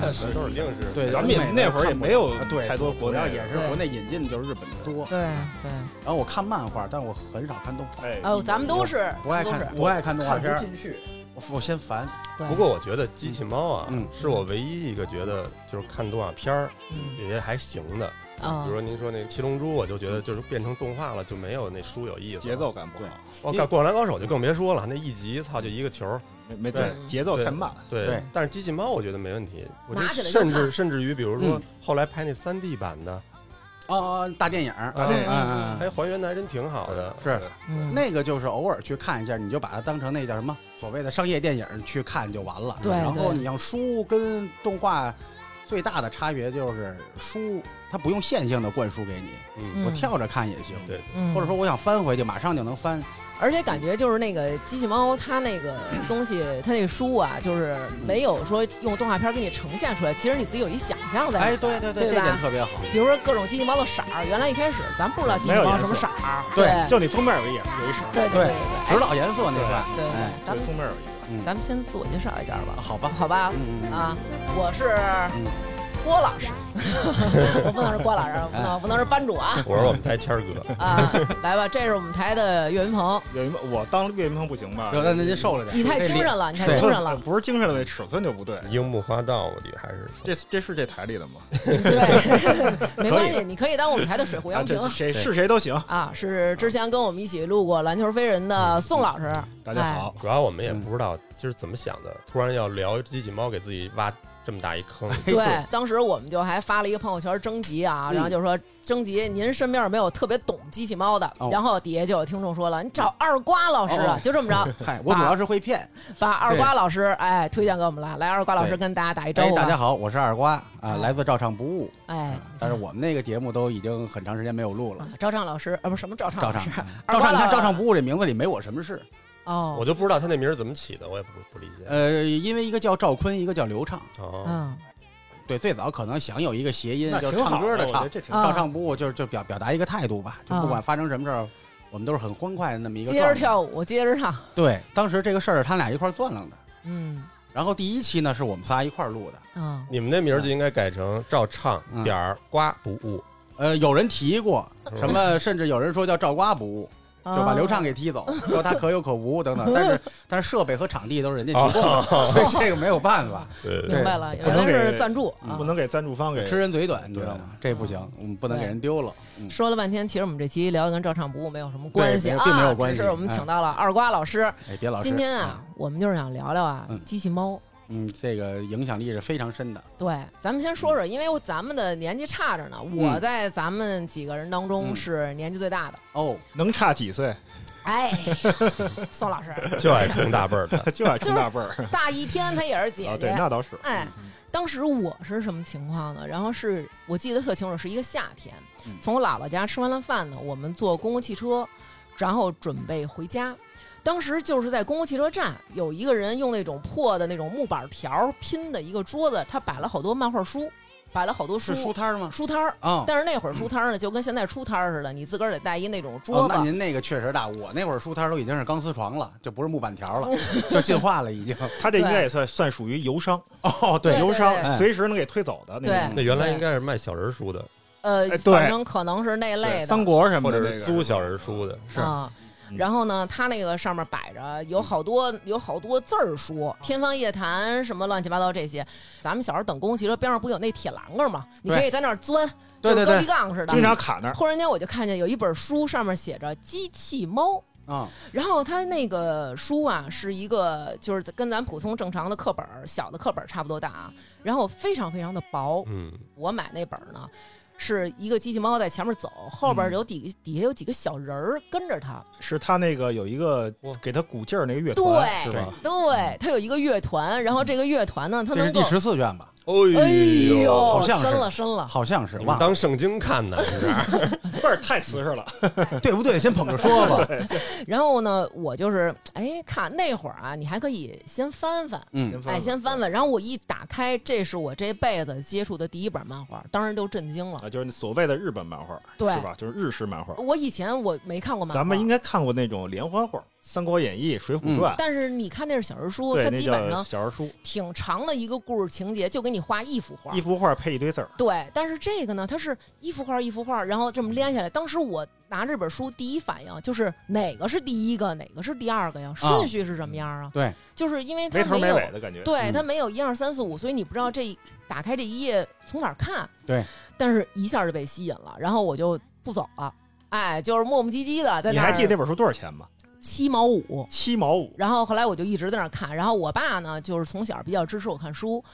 那是都是一定是对咱们也美国那会儿也看不没有啊对太多国主内要的也是对国内引进的就是日本的多。对对，然后我看漫画，但是我很少看动画，哎嗯哦，咱们都是，嗯不爱咱们看不爱看动画片不儿，进去，我我嫌烦。都是，不过我觉得《机器猫》啊，嗯是我唯一一个觉得就是看动画片儿嗯有些还行的。比如啊嗯，说您说那《七龙珠》，我就觉得就是变成动画了，就没有那书有意思了。节奏感不好，我看《灌篮高手》就更别说了，那一集操就一个球儿。没没对节奏太慢，对，对但是《机器猫》我觉得没问题。我觉得拿起来就甚看至甚至于，比如说嗯后来拍那三 D 版的，哦哦，大电影儿，大电影嗯嗯嗯哎，还原的还真挺好的。是嗯那个就是偶尔去看一下，你就把它当成那叫什么所谓的商业电影去看就完了。对然后对你像书跟动画最大的差别就是书它不用线性的灌输给你，嗯，我跳着看也行，对，嗯或者说我想翻回去，马上就能翻。而且感觉就是那个机器猫，它那个东西，它那书啊，就是没有说用动画片给你呈现出来，其实你自己有一想象在。哎，对对对，对这吧点特别好。比如说各种机器猫的色儿，原来一开始咱不知道机器猫什么色儿，对就你封面有一有一首，对对对指导严肃那块，对对哎，咱对们封面有一个，嗯咱们先自我介绍一下吧，好吧，好吧？嗯嗯嗯啊，我是郭老师， 我不能是郭老师，我不能不能是班主啊我说我们台谦儿哥，啊！来吧，这是我们台的岳 云鹏，岳云鹏，我当岳云鹏不行吧？有的那您瘦了点，你太精神了，你太精神了，不是精神的问题，尺寸就不对。樱木花道，我觉得还是这这是这台里的吗？ 对，没关可系，你可以当我们台的水壶啊，杨这平这。谁是谁都行。啊，是之前跟我们一起录过《篮球飞人》的宋老师。大家好，主要我们也嗯不知道就是怎么想的，突然要聊机器猫，给自己挖这么大一坑。哎，对，当时我们就还发了一个朋友圈征集啊，嗯然后就说征集您身边有没有特别懂机器猫的哦？然后底下就有听众说了，你找二瓜老师哦啊，就这 么着，嗨，我主要是会骗。把二瓜老师哎推荐给我们了。来，二瓜老师跟大家打一招哎，呼大家吧。好，我是二瓜啊，啊来自照唱不误。哎，但是我们那个节目都已经很长时间没有录了啊。赵畅老师啊，不是什么赵畅照老唱师，，二照瓜唱，啊你看老照唱不误这名字里没我什么事。我哦，就不知道他那名儿怎么起的，我也不不理解。呃，因为一个叫赵坤，一个叫刘畅。哦，嗯，对，最早可能想有一个谐音那，就是挺好唱歌的我觉唱得。这挺啊照唱不误就是就表表达一个态度吧，就不啊管发生什么事儿，我们都是很欢快的那么一个接着状态。跳舞，接着唱，对，当时这个事儿他俩一块儿钻楞的。嗯然后第一期呢是我们仨一块儿录的，嗯，你们那名儿就应该改成照唱嗯点儿瓜不误，呃，有人提过是吧什么，甚至有人说叫照瓜不误，就啊把刘畅给踢走，说他可有可无等等。但是但是设备和场地都是人家提供的， 所以这个没有办法，对嗯明白了，对原来不能是给赞助嗯啊不。能给赞助方给吃人嘴短，你知道吗？这不行，我们不能给人丢了。嗯说了半天，其实我们这期聊的跟照唱不误没有什么关系对啊，没有并没有关系只是我们请到了二瓜老师。哎，别老是今天啊，，我们就是想聊聊啊嗯，机器猫。嗯，这个影响力是非常深的。对，咱们先说嗯说，因为咱们的年纪差着呢，我在咱们几个人当中嗯是年纪最大的。哦，能差几岁哎， 宋老师，就爱冲大辈儿 的。就爱冲大辈儿啊？大一天她也是哦姐对，姐。那倒是。哎，嗯当时我是什么情况呢？然后是我记得特清楚，是一个夏天嗯，从我姥姥家吃完了饭呢，我们坐公共汽车，然后准备回家。当时就是在公共汽车站，有一个人用那种破的那种木板条拼的一个桌子，他摆了好多漫画书，摆了好多书是书摊儿吗？书摊儿。啊，但是那会儿书摊儿呢，就跟现在书摊儿似的，你自个儿得带一那种哦桌，子。那您那个确实大，我那会儿书摊儿都已经是钢丝床了，就不是木板条了，就进化了已经。他这应该也算算属于邮商，哦，对邮对商对随时能给推走的那种。那原来应该是卖小人书的，呃哎，对反正可能是那类对的。三国什么或的者嗯那是个，租小人书的。是啊。嗯然后呢，它那个上面摆着有好多有好多字儿书，《天方夜谭》什么乱七八糟这些。咱们小时候等公共汽车边上不有那铁栏杆吗？你对可以在那儿钻，对对对就跟高低杠似的。经常卡那儿。忽然间我就看见有一本书，上面写着《机器猫》，啊，然后它那个书啊是一个就是跟咱普通正常的课本儿小的课本儿差不多大啊，然后非常非常的薄，嗯，我买那本儿呢，是一个机器猫在前面走，后边儿有底、底下有几个小人儿跟着它。是他那个有一个哇给他鼓劲儿那个乐团，对是吧？对，它有一个乐团，然后这个乐团呢，它这是能第够。啊十四卷吧？哎哎呦，好像是深了深了，好像是，你们忘了当圣经看呢？你这倍儿太瓷实了，对不对？先捧着说吧。然后呢，我就是哎看那会儿啊，你还可以先翻翻，嗯，哎先翻翻，然后我一打开，这是我这辈子接触的第一本漫画，当时就震惊了。啊，就是所谓的日本漫画，对是吧？就是日式漫画。我以前我没看过漫画，咱们应该看过那种连环画，三国演义》《水浒传》但是你看那是小人书，对，它那嗯基本叫上小人书，挺长的一个故事情节，就给你画一幅画一。幅画配一堆字儿，对，但是这个呢，它是一幅画一幅画，然后这么连下来。当时我拿这本书，第一反应就是哪个是第一个，哪个是第二个呀？顺序是什么样啊？对，就是因为它没头没没有尾的感觉。对，嗯它没有一二三四五，所以你不知道这一打开这一页从哪儿看。对，但是一下就被吸引了，然后我就不走了，哎，就是磨磨唧唧的在你那儿。还记得那本书多少钱吗？七毛五？七毛五。然后后来我就一直在那儿看，然后我爸呢，就是从小比较支持我看书，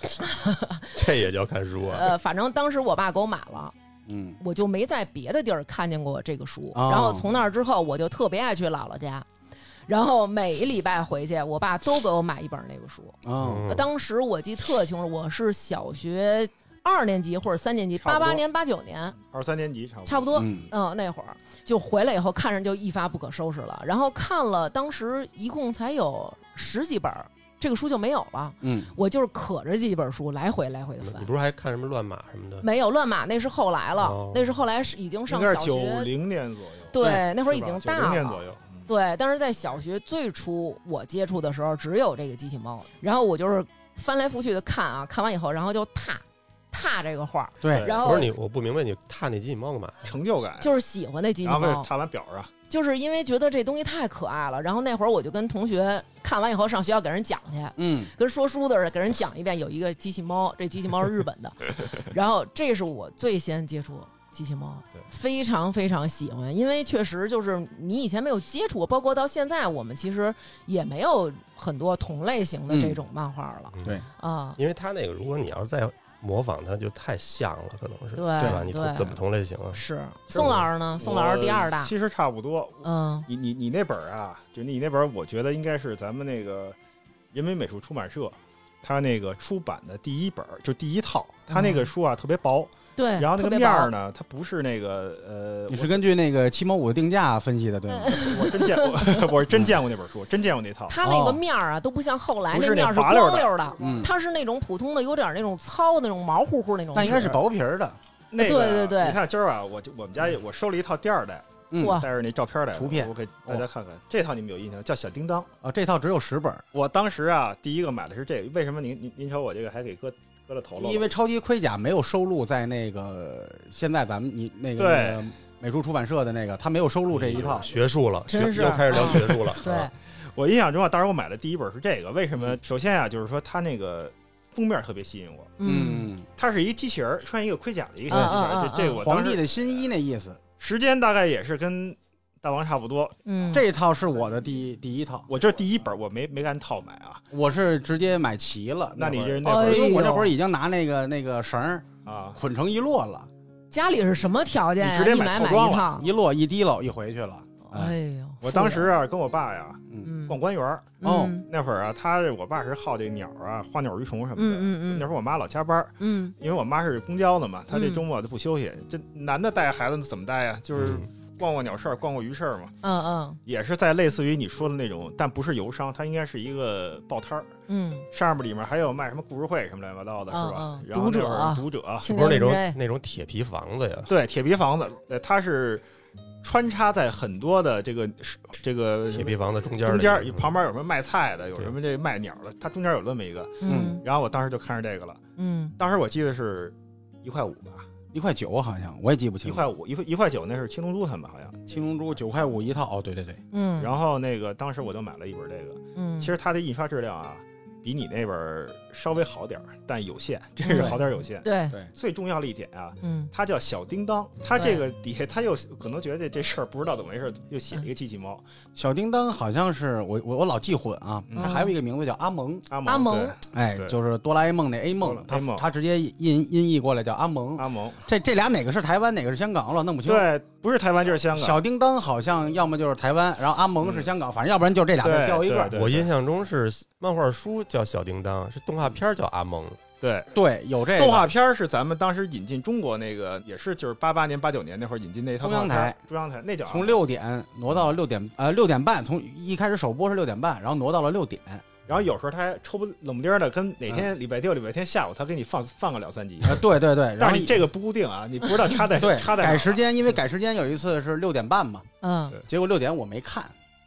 这也叫看书啊？呃，反正当时我爸给我买了，嗯，我就没在别的地儿看见过这个书。哦然后从那儿之后，我就特别爱去姥姥家，然后每一礼拜回去，我爸都给我买一本那个书。哦，嗯当时我记得特清楚，我是小学二年级或者三年级，差八不多八年、八九年，二三年级差不多。差不多。嗯嗯，那会儿就回来以后看着就一发不可收拾了，然后看了当时一共才有十几本儿，这个书就没有了。嗯，我就是可着这几本书来回来回的翻你，嗯不是还看什么乱码什么的？没有乱码那是后来了，哦那是后来是已经应上该小是九学，零年左右，对，对那那会儿已经哎九零大年左了。右。嗯对，但是在小学最初我接触的时候，只有这个机器猫，然后我就是翻来覆去的看啊，看完以后，然后就踏踏这个画儿，对，然不后是你，我不明白你踏那机器猫干嘛？成就感。就是喜欢那机器然后猫被，看完表啊，就是因为觉得这东西太可爱了。然后那会儿我就跟同学看完以后上学校给人讲去，嗯跟说书的似的，给人讲一遍。有一个机器猫，这机器猫是日 本的，然后这是我最先接触机器猫对，非常非常喜欢，因为确实就是你以前没有接触过，包括到现在我们其实也没有很多同类型的这种漫画了嗯对啊。因为它那个，如果你要是再模仿它，就太像了，可能是对吧？你同对怎么同类型啊？是是宋老师呢？宋老师第二我大，呃其实差不多。嗯你你你那本儿啊，就你那本儿，我觉得应该是咱们那个人民美术出版社，它那个出版的第一本儿，就第一套。它那个书啊特别薄，嗯对，然后那特个别面棒儿呢，它不是那个呃，你是根据那个七毛五的定价分析的，对吗？嗯我我真见过， 我是真见过那本书，真见过那套。它那个哦面儿啊，都不像后来不那是那面儿是滑光溜的溜的，嗯，它是那种普通的，有点那种糙那种毛乎乎那种纸。但应该是薄皮儿的，那个啊对对哦对你看今儿啊，我就我们家有我收了一套第二代，嗯，哇带着那照片来的图片哦我给大家看看。这套你们有印象？叫小叮当。啊，这套只有十本儿，我当时啊，第一个买的是这个。为什么您您您瞅我这个还给割割了头了？因为超级盔甲没有收录在那个现在咱们你那个对那个美术出版社的那个，他没有收录这一套。嗯学术了，真学是又开始聊啊学术了。 对啊，我印象中啊，当时我买的第一本是这个。为什嗯么？首先啊，就是说它那个封面特别吸引我。嗯，它是一机器人儿穿一个盔甲的一个小嗯机器人嗯儿，嗯这这嗯我皇当帝时的新衣那意思，时间大概也是跟大王差不多。嗯，这一套是我的第一第一套，我这第一本我没没按套买啊，我是直接买齐了。那你会这儿那会哎儿因为我那会儿已经拿那个那个绳儿啊，捆成一摞了，家里是什么条件你呀、直接一买买套买装一了套。一摞一提篓一回去了。哎呦，我当时啊跟我爸呀嗯，嗯，逛官园儿哦嗯那会儿啊，他我爸是好这鸟啊、花鸟鱼虫什么的。嗯嗯那嗯会儿我妈老加班儿，嗯，因为我妈是公交的嘛，她这嗯周末就不休息。这男的带孩子怎么带呀？就是嗯嗯逛逛鸟市儿，逛逛鱼市儿嘛。嗯嗯也是在类似于你说的那种，但不是油商，它应该是一个报摊儿，嗯上面里面还有卖什么故事会什么乱七八糟的，是吧嗯嗯？然后那会儿读读者，青不是那年种人那种铁皮房子呀，对铁皮房子，呃，它是穿插在很多的这个这个铁皮房子中间儿中那间个儿旁边有什么卖菜的，有对什么这卖鸟的，它中间有那么一个。嗯然后我当时就看上这个了，嗯当时我记得是一块五吧，一块九好像我也记不清一了。块五，一块一块九，那是青龙珠他们好像。青龙珠九块五一套，哦，对对对，嗯，然后那个当时我就买了一本这个，嗯，其实它的印刷质量啊，比你那本儿稍微好点儿，但 有限，真是嗯好点儿有限。对，最重要的一点啊，嗯它叫小叮当，它这个底下它又可能觉得这事儿不知道怎么回事，又写了一个机器猫小叮当好像是我我我老记混啊，嗯它还有一个名字叫阿蒙，阿蒙，阿蒙对哎，对就是哆啦 A 梦那 A 梦，哆啦 A 梦它它直接音音译过来叫阿蒙。阿蒙，这这俩哪个是台湾，哪个是香港，我老弄不清。对，不是台湾就是香港，小叮当好像要么就是台湾，然后阿蒙是香港，反正要不然就这俩字对掉一个。对嗯我印象中是漫画书叫小叮当，是动画片儿叫阿蒙。对。对，有这个动画片儿是咱们当时引进中国那个，也是就是八八年、八九年那会儿引进那一套中央动画片台，中央台那叫阿蒙从六点挪到六点呃六点半，从一开始首播是六点半，然后挪到了六点。然后有时候他还抽不冷不丁儿的，跟哪嗯天礼拜六、礼拜天下午他给你放放个两三集，呃，对对对，然但后是你这个不固定啊，你不知道插 在对插在哪儿改时间，因为改时间有一次是六点半嘛，嗯对结果六点我没看，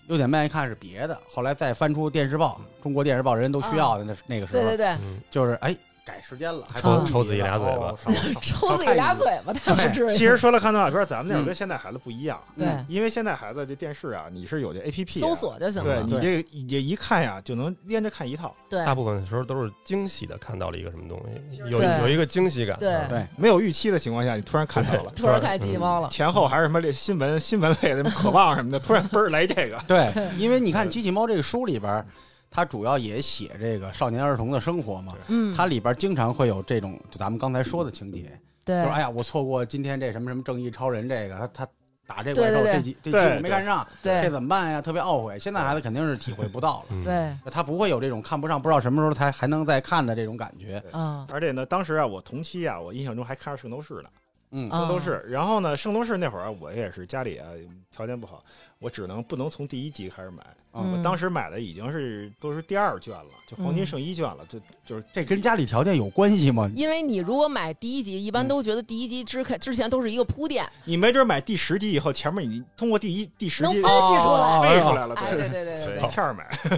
六点半一看是别的，后来再翻出电视报，中国电视报人人都需要的那是那个时对候，对对，嗯，就是哎改时间了，还抽嗯故意抽自己的俩嘴巴哦少少抽自己俩嘴巴，他是至其于实说了看动画片，咱们那会儿跟现在孩子不一样，嗯对因为现在孩子这电视啊，你是有这 A P P 搜，索就行对了。你这你这一看呀，就能连着看一套，对大部分时候都是惊喜的看到了一个什么东西，有对有一个惊喜感。对啊对没有预期的情况下，你突然看到了。 突然看鸡嗯猫了，前后还是什么这新闻、新闻类的、渴望什么的，突然嘣儿来这个，对，因为你看《机器猫》这个书里边儿，它主要也写这个少年儿童的生活嘛，嗯，它里边儿经常会有这种就咱们刚才说的情节，就对是哎呀，我错过今天这什么什么正义超人这个，他他打这怪对对兽对这集这对集我没看上，这对怎么办呀？特别懊悔。现在孩子肯定是体会不到了。嗯，对，他不会有这种看不上，不知道什么时候才还能再看的这种感觉。嗯而且呢，当时啊，我同期啊，我印象中还看着《圣斗士》呢，嗯，哦《圣斗士》。啊然后呢，《圣斗士》那会儿啊我也是家里啊条件不好，我只能不能从第一集开始买，嗯我当时买的已经是都是第二卷了，就黄金圣衣卷了，就就是这跟家里条件有关系吗？因为你如果买第一集，一般嗯都觉得第一集之开之前都是一个铺垫，你没准买第十集以后，前面你通过第一第十能集分析出来。哦飞出来了，哎，对对对对对对一跳儿买。哎对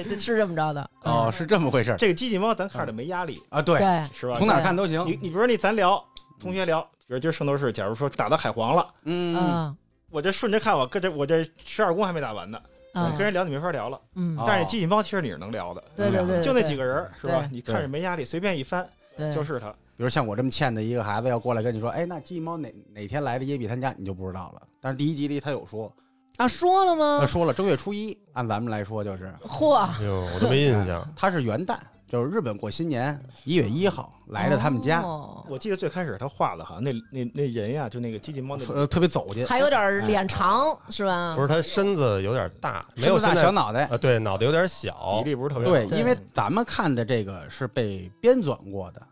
对对，是这么着的。嗯哦，是这么回事儿这个机器猫咱看着没压力，啊？对，对，是吧？从哪儿看都行。你你比如说你咱聊同学聊，比如今儿圣斗士，假如说打到海皇了，嗯，嗯我这顺着看，我跟这我这十二宫还没打完呢，我跟嗯人聊你没法聊了。嗯，哦但是机器猫其实你是能聊的，对对对，就那几个，个人儿是吧对？你看着没压力，随便一翻对，就是他。比如像我这么欠的一个孩子要过来跟你说，哎，那机器猫哪哪天来的耶比他家，你就不知道了。但是第一集里他有说，啊，说了他吗？呃说了正月初一，按咱们来说就是嚯，哎呦，我都没印象。他是元旦，就是日本过新年一月一号来的他们家，哦我记得最开始他画的哈，那那那人呀，就那个机器猫那呃，特别走进，还有哎点脸长是吧？不是，是，他身子有点大，没有伸现不大在小脑袋。啊，对，脑袋有点小比。例不是特别好哦对，对因为咱们看的这个是被编纂过的，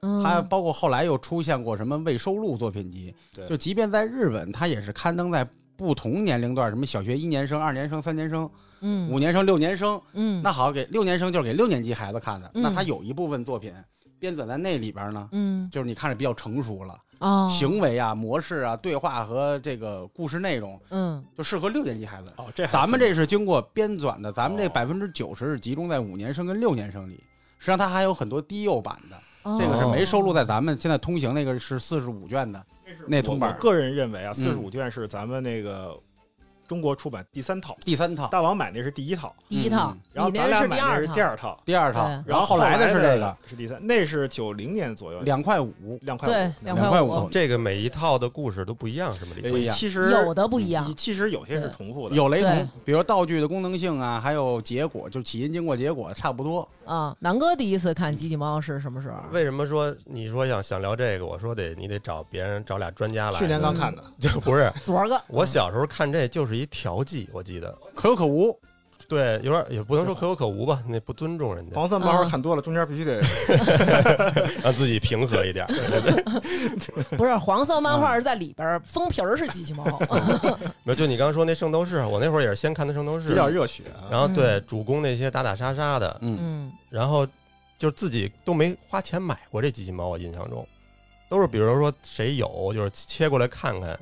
它嗯，包括后来又出现过什么未收录作品集对，就即便在日本，它也是刊登在不同年龄段，什么小学一年生、二年生、三年生、嗯五年生、六年生。嗯，那好，给六年生就是给六年级孩子看的，嗯那他有一部分作品编纂在那里边呢，嗯就是你看着比较成熟了，哦，，行为啊、模式啊、对话和这个故事内容嗯就适合六年级孩子。哦，这 还咱们这是经过编纂的，咱们这哦百分之九十是集中在五年生跟六年生里。实际上，它还有很多低幼版的，哦，这个是没收录在咱们现在通行那个是四十五卷的那我铜版我个人认为啊，嗯四十五卷是咱们那个中国出版第三套，第三套、大王买那是第一套，第一套，嗯然后你咱那俩是买第那二是套第，二套，第二套对，然后后来的是这个是第三，那是九零年左右，两块五，两块五对，两块块五这个每一套的故事都不一样，是吗？李呃逵不一样其实有的不嗯一样，其实有些是重复的，有雷对同，比如道具的功能性啊，还有结果，就起因、经过、结果差不多。啊，南哥第一次看《机器猫》是什么时候？为什么说你说想想聊这个？我说得你得找别人找俩专家来。去年刚嗯嗯看的，就不 是昨儿个，我小时候看这就是一调剂，我记得可有可无，对，有点也不能说可有可无吧，那不尊重人家，黄色漫嗯画看多了，中间必须得让自己平和一点。 不是黄色漫嗯画是在里边儿，封皮儿是机器猫， 没有，就你刚刚说那圣斗士，我那会儿也是先看的圣斗士比，较热血啊。然后嗯对主攻那些打打杀杀的，嗯，嗯然后就自己都没花钱买过这机器猫，我印象中都是比如说谁有就是切过来看看，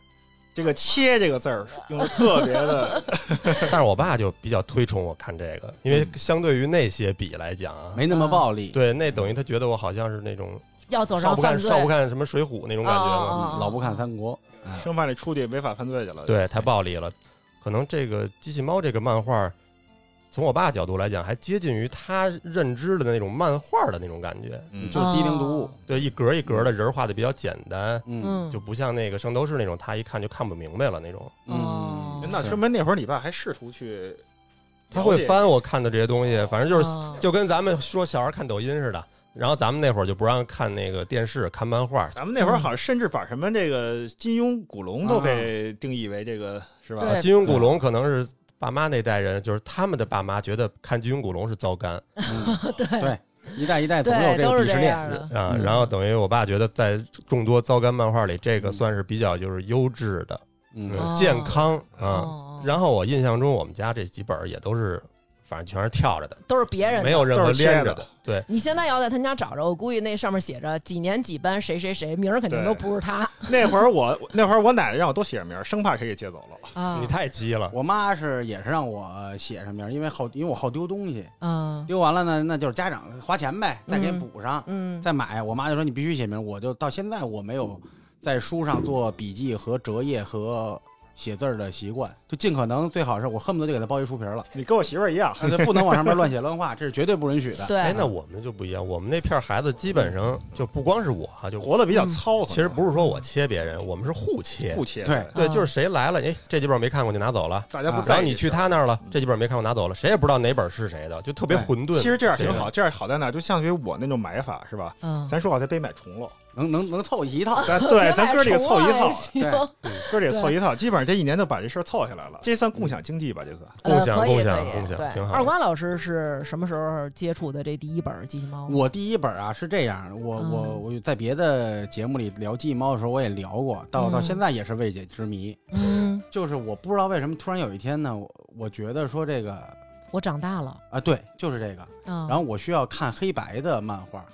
这个“切”这个字儿用的特别的， 但是我爸就比较推崇我看这个，因为嗯相对于那些比来讲啊，没那么暴力。对那等于他觉得我好像是那种要走少上不犯看罪少不看什么水浒那种感觉嘛。哦哦哦嗯老不看三国，哎生怕这出去违法犯罪去了。，对，太暴力了。可能这个机器猫这个漫画，从我爸角度来讲，还接近于他认知的那种漫画的那种感觉。嗯就低龄读物哦。对，一格一格的人儿画的比较简单，嗯嗯，就不像那个圣斗士那种，他一看就看不明白了那种。嗯哦那说明那会儿你爸还试图去，他会，翻我看的这些东西，反正就是哦就跟咱们说小孩儿看抖音似的。然后咱们那会儿就不让看那个电视，看漫画。咱们那会嗯儿好像甚至把什么这个金庸、古龙都给定义为这个是吧？啊对金庸、古龙可能是爸妈那代人，就是他们的爸妈觉得看金庸、古龙是糟干，嗯 对对，一代一代总有对，这都个是鄙视这链。样的，啊，嗯然后等于我爸觉得在众多糟干漫画里，这个算是比较就是优质的、嗯嗯哦健康啊。哦，然后我印象中，我们家这几本儿也都是反正全是跳着的，都是别人的没。有任何都是切连着的的。对，你现在要在他们家找着，我估计那上面写着几年几班谁谁谁，名儿肯定都不是他那会儿我那会儿我奶奶让我都写上名儿，生怕谁给接走了。啊你。太鸡了。我妈是也是让我写上名儿，因为好因为我好丢东西，嗯丢完了呢，那就是家长花钱呗，再给嗯补上，嗯再买。我妈就说你必须写名儿，我就到现在我没有在书上做笔记和折页和写字儿的习惯，就尽可能最好是我恨不得就给它包一书皮儿了，你跟我媳妇儿一样，嗯那就不能往上面乱写乱画，这是绝对不允许的。对哎，那我们就不一样，我们那片儿孩子基本上就不光是我啊，就活得比较嗯糙。其实不是说我切别人，我们是互切。不切，对对，啊就是谁来了，哎，这几本没看过就拿走了，大家不啊然在后意。你去他，那儿了，这几本没看过拿走了，谁也不知道哪本是谁的，就特别对混沌。其实这样挺这呃好，这样好在哪？就相当于我那种买法是吧？嗯，咱说好在北买重 了，能能能凑一啊 套。咱对别咱买哥儿几个重凑一了套也，行对哥儿几个凑一套，基本上这一年就把这事儿凑下来了。这算共享经济吧？这算共呃享可以共享可以共享对挺好二瓜老师是什么时候接触的这第一本机器猫？我第一本啊是这样，我哦嗯我我在别的节目里聊记忆猫的时候，我也聊过，到到嗯现在也是未解之谜。嗯，就是我不知道为什么突然有一天呢，我我觉得说这个我长大了。啊，对，就是这个，嗯，然后我需要看黑白的漫 画，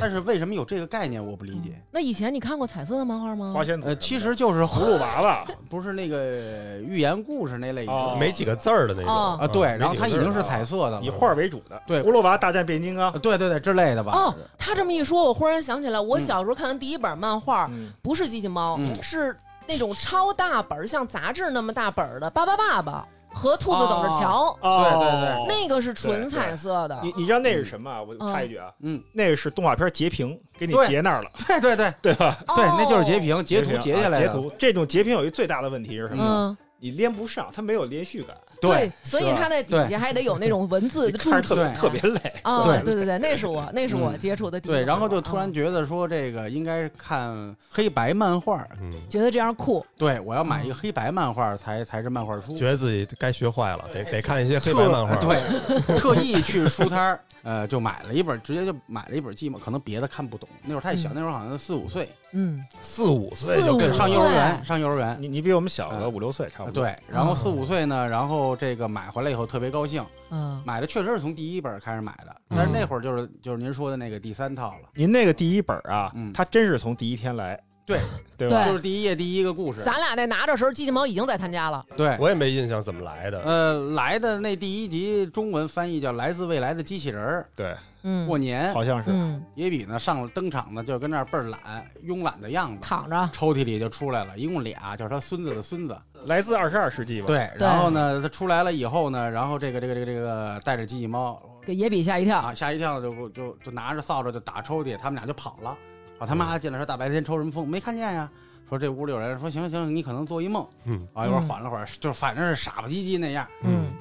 但是为什么有这个概念我不理解。那以前你看过彩色的漫画吗？花仙子什么呃，的，其实就是葫芦娃娃， 不是那个寓言故事那类哦的没几个字儿的那种嗯哦啊，对，然后它他已经是彩色的了，以画儿为主的，对葫芦娃大战变形金刚啊，，对对对之类的吧。哦，他这么一说，我忽然想起来，我嗯小时候看的第一本漫呃画嗯，不是机器猫，嗯是那种超大本儿，像杂志那么大本儿的《巴巴爸爸》和《兔子等着瞧》哦那个是纯彩色的。你你知道那是什么啊？我插一句啊，嗯，那个是动画片截屏，给你对截那儿了，对对对对哦对，那就是截。屏截图屏截下来啊截的，图。这种截屏有一最大的问题是什么？嗯，你连不上，它没有连续感，对，所以是吧它在底下还得有那种文字的注看着特解别啊，特别累。啊，对对对对，那是我那是我嗯接触的第一对，本然后就啊突然觉得说这个应该是看黑白漫画，嗯，觉得这样酷，对我要买嗯一个黑白漫画才才是漫画书，觉得自己该学坏了，得得看一些黑白漫画。特对，特意去书摊儿，呃，就买了一本，直接就买了一本《寂寞》，可能别的看不懂，那会儿太小，嗯那会儿好像四五岁，嗯，四五岁就跟四五上岁啊幼儿园，上幼儿园，你你比我们小个嗯五六岁差不多。嗯对，然后四五岁呢，然后这个买回来以后特别高兴，嗯买的确实是从第一本开始买的，但是那会儿就是就是您说的那个第三套了，您那个第一本啊嗯，它真是从第一天来，对对吧对？就是第一页第一个故事，咱俩在拿着时候，机器猫已经在他家了。对，我也没印象怎么来的。呃，来的那第一集中文翻译叫《来自未来的机器人儿对，》，嗯过年好像是。嗯，野比呢上了登场呢，就跟那儿倍儿懒慵懒的样子，躺着，抽屉里就出来了，一共俩，就是他孙子的孙子。来自二十二世纪吧？，对，对然后呢，他出来了以后呢，然后这个这个这个这个带着机器猫给野比吓一跳。啊，吓一跳就不就就拿着扫帚就打抽屉，他们俩就跑了。跑他妈进来说大白天抽什么风没看见呀？说这屋里有人，说行行，你可能做一梦。嗯啊，一会儿嗯缓了会儿，就是反正是傻不唧唧那样，嗯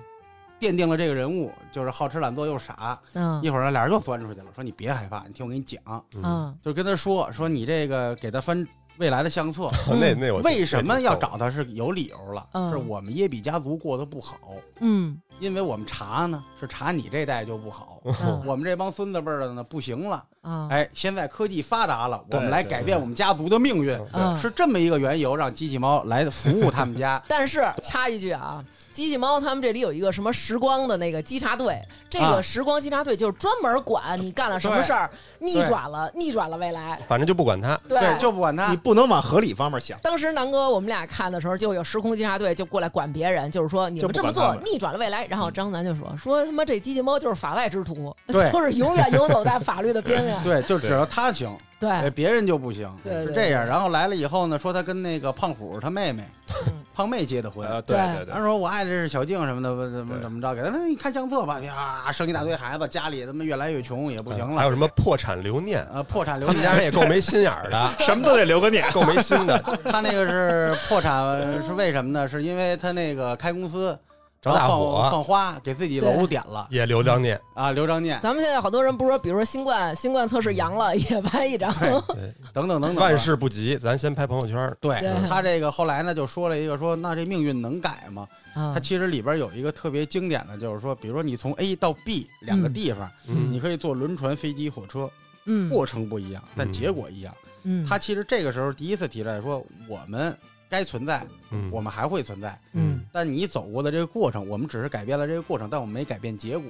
奠定了这个人物就是好吃懒做又傻。嗯一会儿呢，俩人又钻出去了，说你别害怕，你听我给你讲，嗯，嗯，就跟他说说你这个给他翻未来的相册，那那我为什么要？找他是有理由了，嗯是我们耶比家族过得不好，嗯因为我们查呢是查你这代就不好，嗯我们这帮孙子辈儿的呢不行了，啊，哎，现在科技发达了，我对们来改变我们家族的命运，嗯。是这么一个缘由让机器猫来服务他们家但是插一句啊，机器猫他们这里有一个什么时光的那个稽查队，这啊个时光稽查队就是专门管你干了什么事儿，逆转了，逆转了未来。反正就不管他，对，就不管他你，不能往合理方面想。当时南哥我们俩看的时候，就有时空稽查队就过来管别人，就是说你就们不这么管做他们逆转了未来。然后张楠就说说他妈这机器猫就是法外之 徒，对就是永远游走在法律的边缘。 对，就只要他行，哎，对，别人就不行，对对是对这样。然后来了以后呢，说他跟那个胖虎他妹妹嗯，胖妹结的婚，啊呃，对对对他对，说我爱的是小静什么的，怎么对怎么着，给他那你看相册吧，呀，生一大堆孩子，家里他妈越来越穷，也不行啊还了，有什么破产留念？呃，破产他留 们家人年，也够没心眼儿的， 什么都得留个念。够没心的，他那个是破产是为什么呢？是因为他那个开公司找大然后放火放花，给自己楼点了也留张念。啊，留张 念，咱们现在好多人不是说，比如说新冠新冠测试阳了，也拍一张。对， 等等等等，万。事不急，咱先拍朋友圈儿。对对他这个后来呢，就说了一个说，那这命运能改吗？嗯他其实里边有一个特别经典的，就是说，比如说你从 A 到 B 两个地方，嗯你可以坐轮船、飞机、火车，嗯过程不一样，但嗯结果一样。嗯他其实这个时候第一次提出来说，我们该存在，嗯我们还会存在，嗯但你走过的这个过程，我们只是改变了这个过程，但我们没改变结果。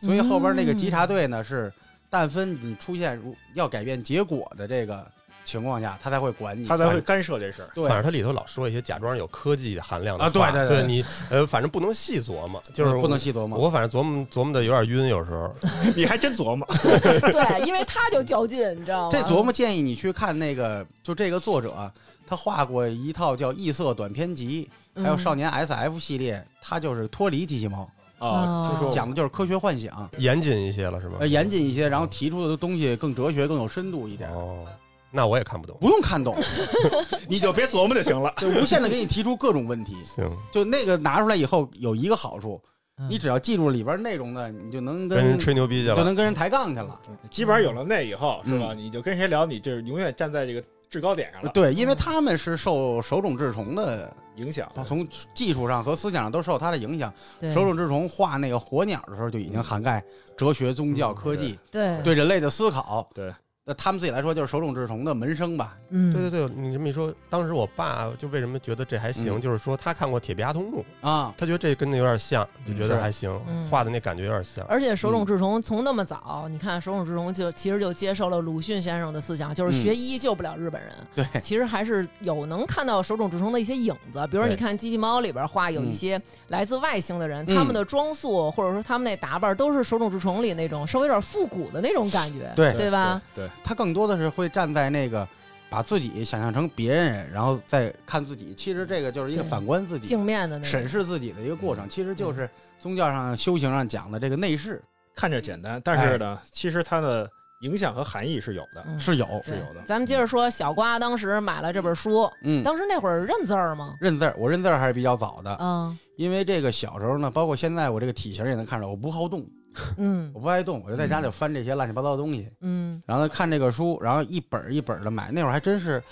所嗯以后边那个稽查队呢是，但分你出现如要改变结果的这个情况下，他才会管你。他才会干涉这事儿。对反正它里头老说一些假装有科技含量的啊对话对对对对你呃，反正不能细琢磨，就是不能细琢磨。我反正琢磨琢磨的有点晕，有 时候你还真琢磨，对，因为他就较劲，你知道吗？这琢磨建议你去看那个，就这个作者啊他画过一套叫《异色短篇集》，还有嗯少年 S F 系列，他就是脱离机器猫，啊，听哦说过讲的就是科学幻想，严谨一些了是吗呃，？严谨一些，然后提出的东西更哲学、更有深度一点。哦，那我也看不懂。不用看 懂，你就别琢磨就行了。就无限的给你提出各种问题。行，就那个拿出来以后有一个好处，嗯你只要记住里边内容呢，你就能跟人跟吹牛逼去就了。能跟人抬杠去了。基本上有了那以后，是吧？嗯你就跟谁聊，你就是永远站在这个制高点上嗯了，对，因为他们是受手冢治虫的，影响。从技术上和思想上都受他的影响。对手冢治虫画那个火鸟的时候，就已经涵盖哲学、宗教、嗯科技对对人类的思考。对，那他们自己来说就是手冢治虫的门生吧。嗯对对对，你这么一说，当时我爸就为什么觉得这还行，嗯就是说他看过《铁臂阿童木》，啊，他觉得这跟那有点像，就觉得是还行嗯，画的那感觉有点像。而且手冢治虫从那么早，你看手冢治虫就其实就接受了鲁迅先生的思想，就是嗯学医救不了日本人。对，其实还是有能看到手冢治虫的一些影子，比如说对你看《机器猫》里边画有一嗯些来自外星的人，嗯他们的装束或者说他们那打扮都是手冢治虫里那种稍微有点复古的那种感觉，对对吧？？对，他更多的是会站在那个。把自己想象成别人，然后再看自己，其实这个就是一个对反观自己、镜面的那种审。视自己的一个过嗯程，其实就是宗教上、修行上讲的这个内饰看着简单，但是呢，哎其实它的影响和含义是有的。嗯是有，是有的咱们接着说，小瓜当时买了这本书，嗯。当时那会儿认字儿吗？认字儿，我认字儿还是比较早的，嗯因为这个小时候呢，包括现在我这个体型也能看出来，我不好动， 嗯我不爱动，我就在家里翻这些乱七八糟的东西，嗯，然后呢看这个书，然后一本儿一本的买。那会儿还真是，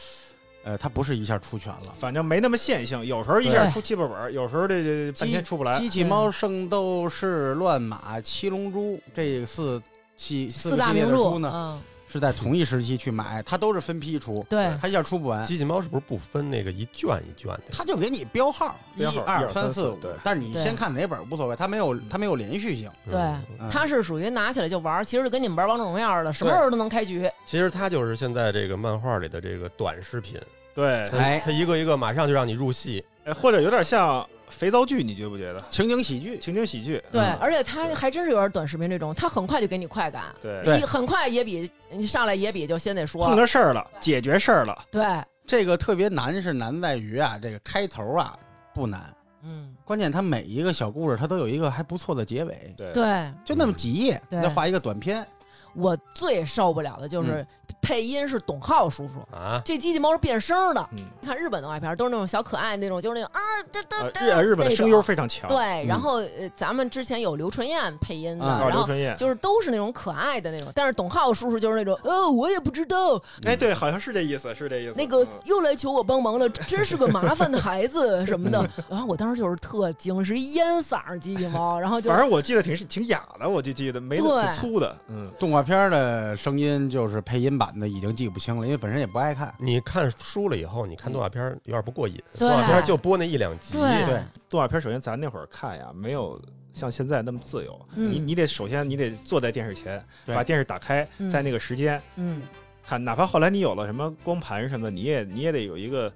呃，它不是一下出全了，反正没那么线性，有时候一下对出七八本儿，有时候这这半天出不《来。机器猫》《圣斗士》《乱马》《七龙珠》这四系四四个大系列名的著书，呢，嗯，是在同一时期去买，它都是分批出，对，它一下出不完。机器猫是不是不分那个一卷一卷的？他就给你标号，标号一二一二三四四五对，但是你对先看哪本无所谓，它没有它没有连续性。对啊嗯他是属于拿起来就玩儿，其实就跟你们玩王者荣耀似的，什么时候都能开局。其实它就是现在这个漫画里的这个短视频，对，它哎它一个一个马上就让你入戏，哎或者有点像肥皂剧，你觉不觉得？情景喜剧，情景喜剧。对，嗯而且他还真是有点短视频这种，他很快就给你快感，对对你很快也比你上来也比就先得说碰了，着事儿了，解决事儿了，对，这个特别难是难在于啊，这个开头啊不难，嗯，关键它每一个小故事它都有一个还不错的结尾，对对就那么几页，对再画一个短篇，我最受不了的就是嗯配音是董浩叔叔，啊，这机器猫是变声的。嗯，你看日本动画片儿都是那种小可爱那种，就是那种啊，这呃这日这日本的声优非常强，啊对。嗯然后呃，咱们之前有刘纯燕配音的，啊啊，然刘后春燕，就是都是那种可爱的那种，但是董浩叔叔就是那种，呃，我也不知道，哎，对，好像是这意思，是这意思。那个嗯又来求我帮忙了，真是个麻烦的孩子什么嗯的。然后我当时就是特惊，是一烟嗓儿机器猫，然后就反正我记得挺挺雅的，我就记得没对挺粗的，嗯，动画片的声音就是配音版的已经记不清了，因为本身也不爱看。你看书了以后，你看动画片儿有点不过瘾，嗯对动画片儿就播那一两集，对对动画片首先咱那会儿看呀，没有像现在那么自由，嗯你你得首先你得坐在电视前，对把电视打开，嗯在那个时间嗯，看，哪怕后来你有了什么光盘什么的，你也你也得有一个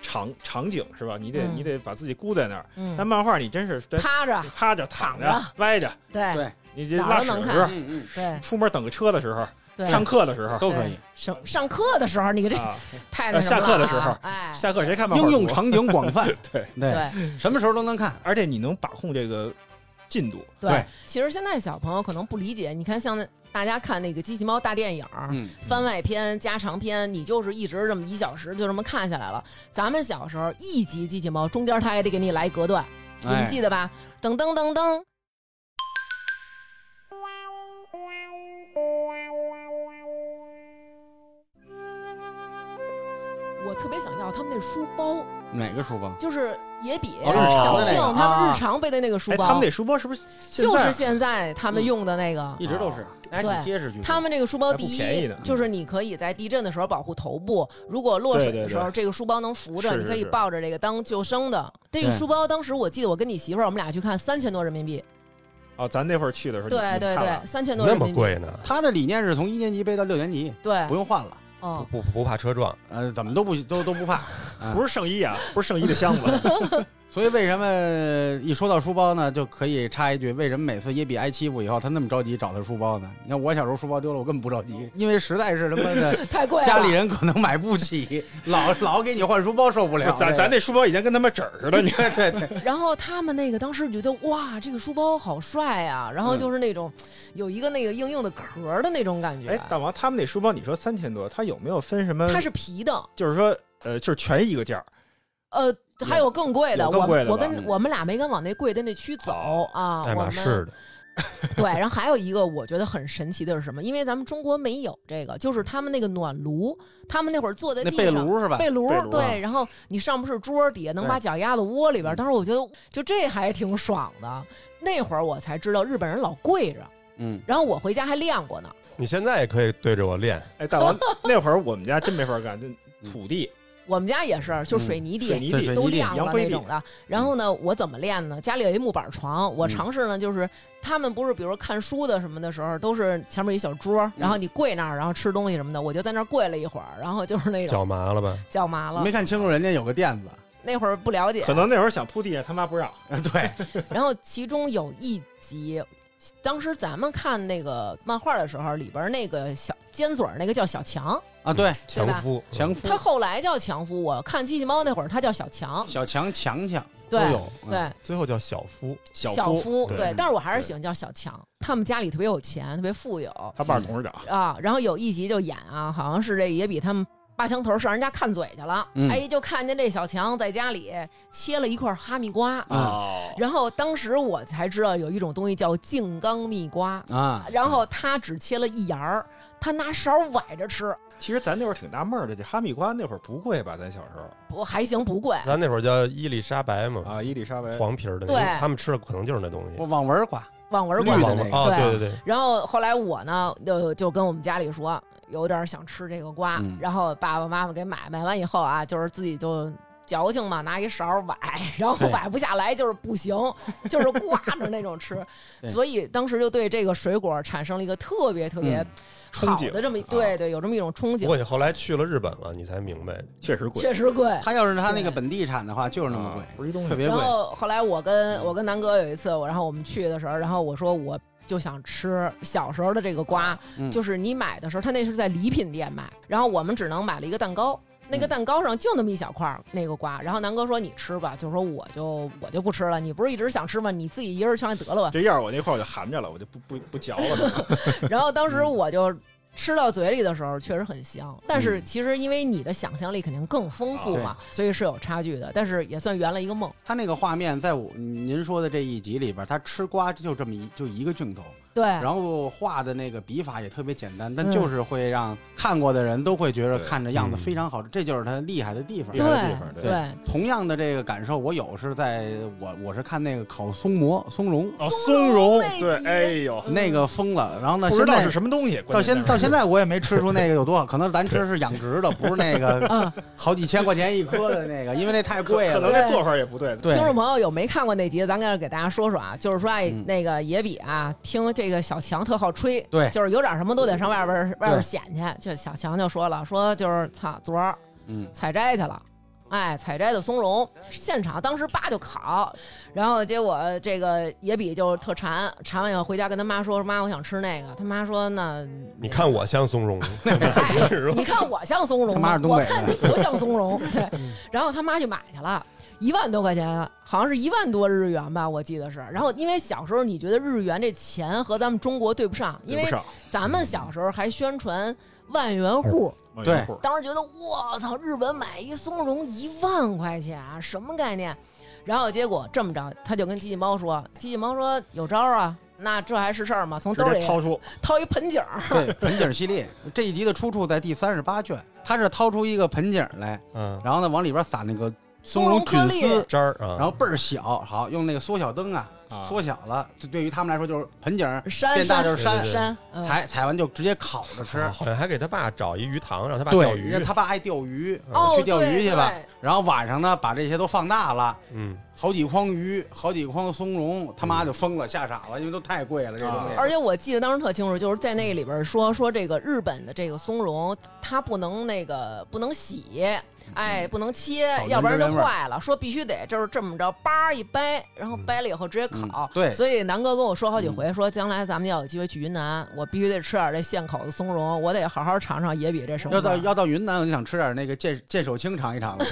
场场景是吧？你得、嗯你得把自己箍在那儿。嗯但漫画你真是真趴着，趴着、躺着、躺着歪着，对对你这哪儿拉都屎能的看时候，嗯对出门等个车的时候，对，上课的时候嗯，都可以。上上课的时候，你这啊，太那呃什么下课的了啊时候哎，下课谁看漫画？应用。场景广泛，对 对，对什么时候都能看。而且你能把控这个进度，对，其实现在小朋友可能不理解，你看像那大家看那个机器猫大电影儿，嗯，番外篇、加长篇，你就是一直这么一小时就这么看下来了。咱们小时候一集机器猫，中间它也得给你来一隔断，你们哎记得吧？噔噔噔噔。我特别想要他们那书包，哪个书包？就是野比、哦日常小的那静个他们啊日常背的那个书哎，包，他们那书包是不是现在就是现在他们嗯用的那个。一直都是，哎，对挺结实，据说他们这个书包，还不第便宜一呢就是你可以在地震的时候保护头部，如果落水对对的对时候，这个书包能扶着，是是你可以是抱着这个当救生的。这个对书包当时我记得我跟你媳妇儿，我们俩去看三千多人民币，哦，咱那会儿去的时候，对对对，，三千多那人么民币，贵呢，他的理念是从一年级背到六年级，对不，用换了，不嗯，不不怕车撞，呃，怎么都不都都不怕。啊不是圣衣啊，不是圣衣的箱子，所以为什么一说到书包呢，就可以插一句，为什么每次耶比挨欺负以后，他那么着急找他书包呢？你看我小时候书包丢了，我根本不着急，因为实在是他妈的 太贵了。家里人可能买不 起，老老给你换书包受不了。咱咱那书包已经跟他妈纸儿似的，你对对对，然后他们那个当时觉得哇，这个书包好帅啊，然后就是那种、有一个那个硬硬的壳儿的那种感觉，哎，大王，他们那书包你说三千多，它有没有分什么？它是皮的，就是说，呃，就是全一个价儿，呃，还有更贵的，有更我贵们的我吧跟我们俩没敢往那贵的那区走啊，爱我马们仕的，对，然后还有一个我觉得很神奇的是什么？因为咱们中国没有这个，就是他们那个暖炉，他们那会儿坐在那地被上。炉是吧？被炉被炉啊对，然后你上面是桌，底下能对把脚丫子窝里边儿。嗯当时我觉得就这还挺爽的。那会儿我才知道日本人老跪着，嗯，然后我回家还练过呢。你现在也可以对着我练，哎，大 王，那会儿我们家真没法干，就土地、我们家也是，就水泥地、嗯水泥对水地，都泥地亮洋了灰那地种的。然后呢，我怎么练呢？家里有一木板床，我嗯尝试呢，就是他们不是比如说看书的什么的时候，都是前面一小桌，然后你跪那儿，然后吃东西什么的。我就在那儿跪了一会儿，然后就是那种脚麻了吧？脚麻了没。看清楚人家有个垫子， 那会儿不了解可，能那会儿想铺地上，他妈不让。对，然后其中有一集。当时咱们看那个漫画的时候，里边那个小尖嘴儿那个叫小强，啊对，强夫，嗯强夫他后来叫强夫。我看机器猫那会儿，他叫小强。小强强强都对有，嗯对，最后叫小夫，小小夫，对对，但是我还是对喜欢叫小强。他们家里特别有钱，特别富有他爸是董事长，啊。然后有一集就演啊，好像是这也比他们八强头上人家看嘴去了，嗯哎，就看见这小强在家里切了一块哈密瓜，嗯哦，然后当时我才知道有一种东西叫静冈蜜瓜，啊，然后他只切了一芽儿，他拿勺崴着吃，其实咱那会儿挺纳闷儿的，这哈密瓜那会儿不贵吧？咱小时候不还行不贵，咱那会儿叫伊丽莎白嘛，啊，伊丽莎白，黄皮儿的，对他们吃的可能就是那东西我，网文瓜，网文绿管的忘了那个啊，对对对对，然后后来我呢，就就跟我们家里说，有点想吃这个瓜，嗯然后爸爸妈妈给买，买完以后啊，就是自己就。矫情嘛，拿一勺崴， 然后对崴不下来就是不行，就是挂着那种吃， 对所以当时就对这个水果产生了一个特别特别嗯好憧憬的这么一、啊对对，有这么一种憧不憬，过你后来去了日本了，你才明白，确实贵，确实贵。他要是他那个对本地产的话，就是那么啊不是一嗯贵，东西特别然贵。后后来我跟我跟南哥有一次，我然后我们去的时候，然后我说我就想吃小时候的这个瓜，嗯就是你买的时候，他那是在礼品店买，然后我们只能买了一个蛋糕。嗯那个蛋糕上就那么一小块儿那个瓜，然后南哥说你吃吧，就说我就我就不吃了，你不是一直想吃吗？你自己一人全 得了吧。这要是我那块儿我就含着了，我就不不不嚼了。然后当时我就吃到嘴里的时候确实很香，嗯但是其实因为你的想象力肯定更丰富嘛，所以是有差距的，但是也算圆了一个梦。他那个画面，在我您说的这一集里边，他吃瓜就这么一就一个镜头，对，然后画的那个笔法也特别简单，但嗯就是会让看过的人都会觉得对看着样子嗯非常好，这就是他厉害的地方厉。害的地方对对，同样的这个感受，我有是在我我是看那个烤松蘑松茸哦，松松茸茸那，集对，哎呦，嗯那个疯了，然后呢，不知现道在是什么东西，到关键现那会到儿现在我也没吃出那个有多 少，可能咱吃是养殖的，不是那个嗯，好几千块钱一颗的那个，因为那太贵可能了。这做法也不对，对，听众朋友有没看过那集的，咱在这给大家说说啊，就是说哎，嗯那个野比啊，听这个小强特好吹，对就是有点什么都得上外边儿外边儿显去。就小强就说了，说就是操，昨儿嗯，采摘去了。哎，采摘的松茸，现场当时叭就烤，然后结果这个野比就特馋，馋完以后回家跟他妈说：“妈，我想吃那个。”他妈说：“ 那你看我像 松茸吗，你看我像松茸他妈吗是？东我北看你的，不像松茸。对，然后他妈去买去了，一万多块钱，好像是一万多日元吧，我记得是。然后因为小时候你觉得日元这钱和咱们中国对不上，因对为不上咱们小时候还宣传万元户，往对远处当时觉得我操，日本买一松茸一万块钱，什么概念？然后结果这么着，他就跟机器猫说，机器猫说有招儿啊，那这还是事儿吗？从兜直里接掏出，掏一盆景儿， 对，盆景系列这一集的出处在第三十八卷，他是掏出一个盆景来，嗯，然后呢往里边撒那个松茸菌松茸颗丝粒，汁儿然后啊，倍儿小，好用那个缩小灯啊，啊缩小了，就对于他们来说就是盆景儿，山变大就是山山对，山，嗯采采完就直接烤着吃。好像还给他爸找一鱼塘，让他爸哦钓对，鱼嗯人家。他爸爱钓鱼，哦，去钓鱼去吧对。对然后晚上呢把这些都放大了，嗯，好几筐鱼，好几筐松茸，他妈就疯了，吓傻了，因为都太贵了这东啊西。而且我记得当时特清楚，就是在那个里边说说这个日本的这个松茸，它不能那个不能洗，嗯哎，不能切保，留要不然原就味儿坏了。说必须得就是这么着，叭一掰，然后掰了以后直接烤。嗯对嗯所以南哥跟我说好几回，说将来咱们要有机会去云南，我必须得吃点这现烤的松茸，我得好好尝尝野比这什么要味到儿。要到云南，我就想吃点那个剑剑手青尝一尝了，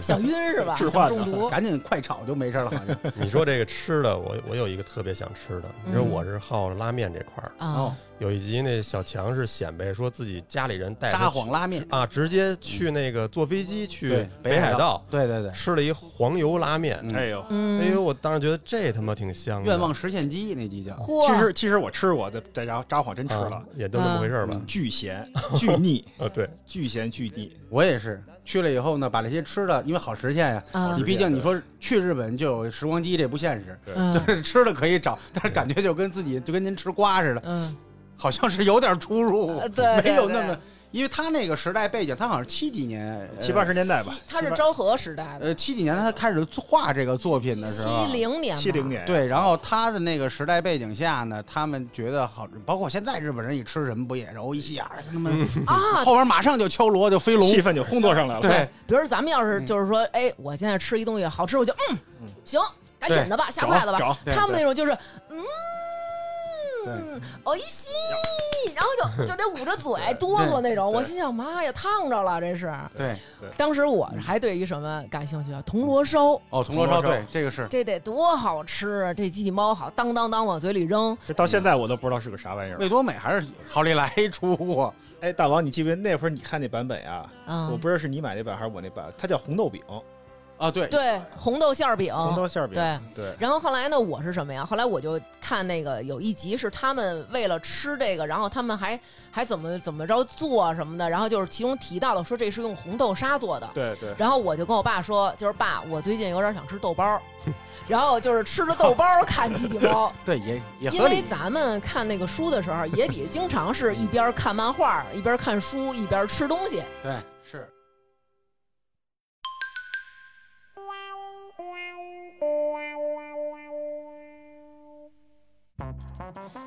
想晕是 吧？置想换中毒。赶紧快炒就没事了，好像。你说这个吃的，我我有一个特别想吃的，你说嗯我是好拉面这块儿，哦啊，有一集那小强是显摆说自己家里人带着札幌拉面，啊，直接去那个坐飞机去对北海道对对对，吃了一黄油拉面，嗯哎呦，嗯，哎呦，我当时觉得这他妈挺香的，啊愿望实现机那集叫。嚯，其实其实我吃过，在在札札幌真吃啊了，也就那么回事儿嗯吧。巨咸、巨腻、啊，对，巨咸、巨腻。我也是去了以后呢，把这些吃的，因为好实现呀。啊你毕竟你说去日本就有时光机，这不现实。嗯就是吃的可以找，但是感觉就跟自己就跟您吃瓜似的，嗯，好像是有点出入呃，对，没有对那对么，因为他那个时代背景，他好像是七几年、呃七八十年代吧七，他是七八昭和时代的，呃七几年他开始画这个作品的时候七，零年吧，七零年，对，然后他的那个时代背景下呢，他们觉得好，包括现在日本人一吃什么不也是欧一西亚，他们啊， 后边马上就敲锣就飞龙，嗯气氛就烘托上来了。对，比如说咱们要嗯是就是说，哎，我现在吃一东西好吃，我就嗯嗯行，赶紧的吧，下找筷子吧。找对他们那对种就是对嗯，哦一吸，然后就就得捂着嘴哆嗦那种。对我心想，妈呀，烫着了这是。对，当时我还对于什么感兴趣啊？铜锣烧，哦，铜锣烧，铜锣烧对，这个是这得多好吃啊！这机器猫好，当当当往嘴里扔，这到现在我都不知道是个啥玩意儿。味多美还是好利来 出过，哎，大王，你记不记得那会儿你看那版本啊？啊我，不知道是你买那版还是我那版，它叫红豆饼，啊，对，对，红豆馅儿饼，红豆馅儿饼。哦对对然后后来呢，我是什么呀？后来我就看那个有一集是他们为了吃这个，然后他们还还怎么怎么着做什么的，然后就是其中提到了说这是用红豆沙做的。对对，然后我就跟我爸说，就是爸，我最近有点想吃豆包儿，然后就是吃着豆包儿看机器猫，对，也也因合为理，咱们看那个书的时候，也比经常是一边看漫画一边看书一边吃东西。对，是。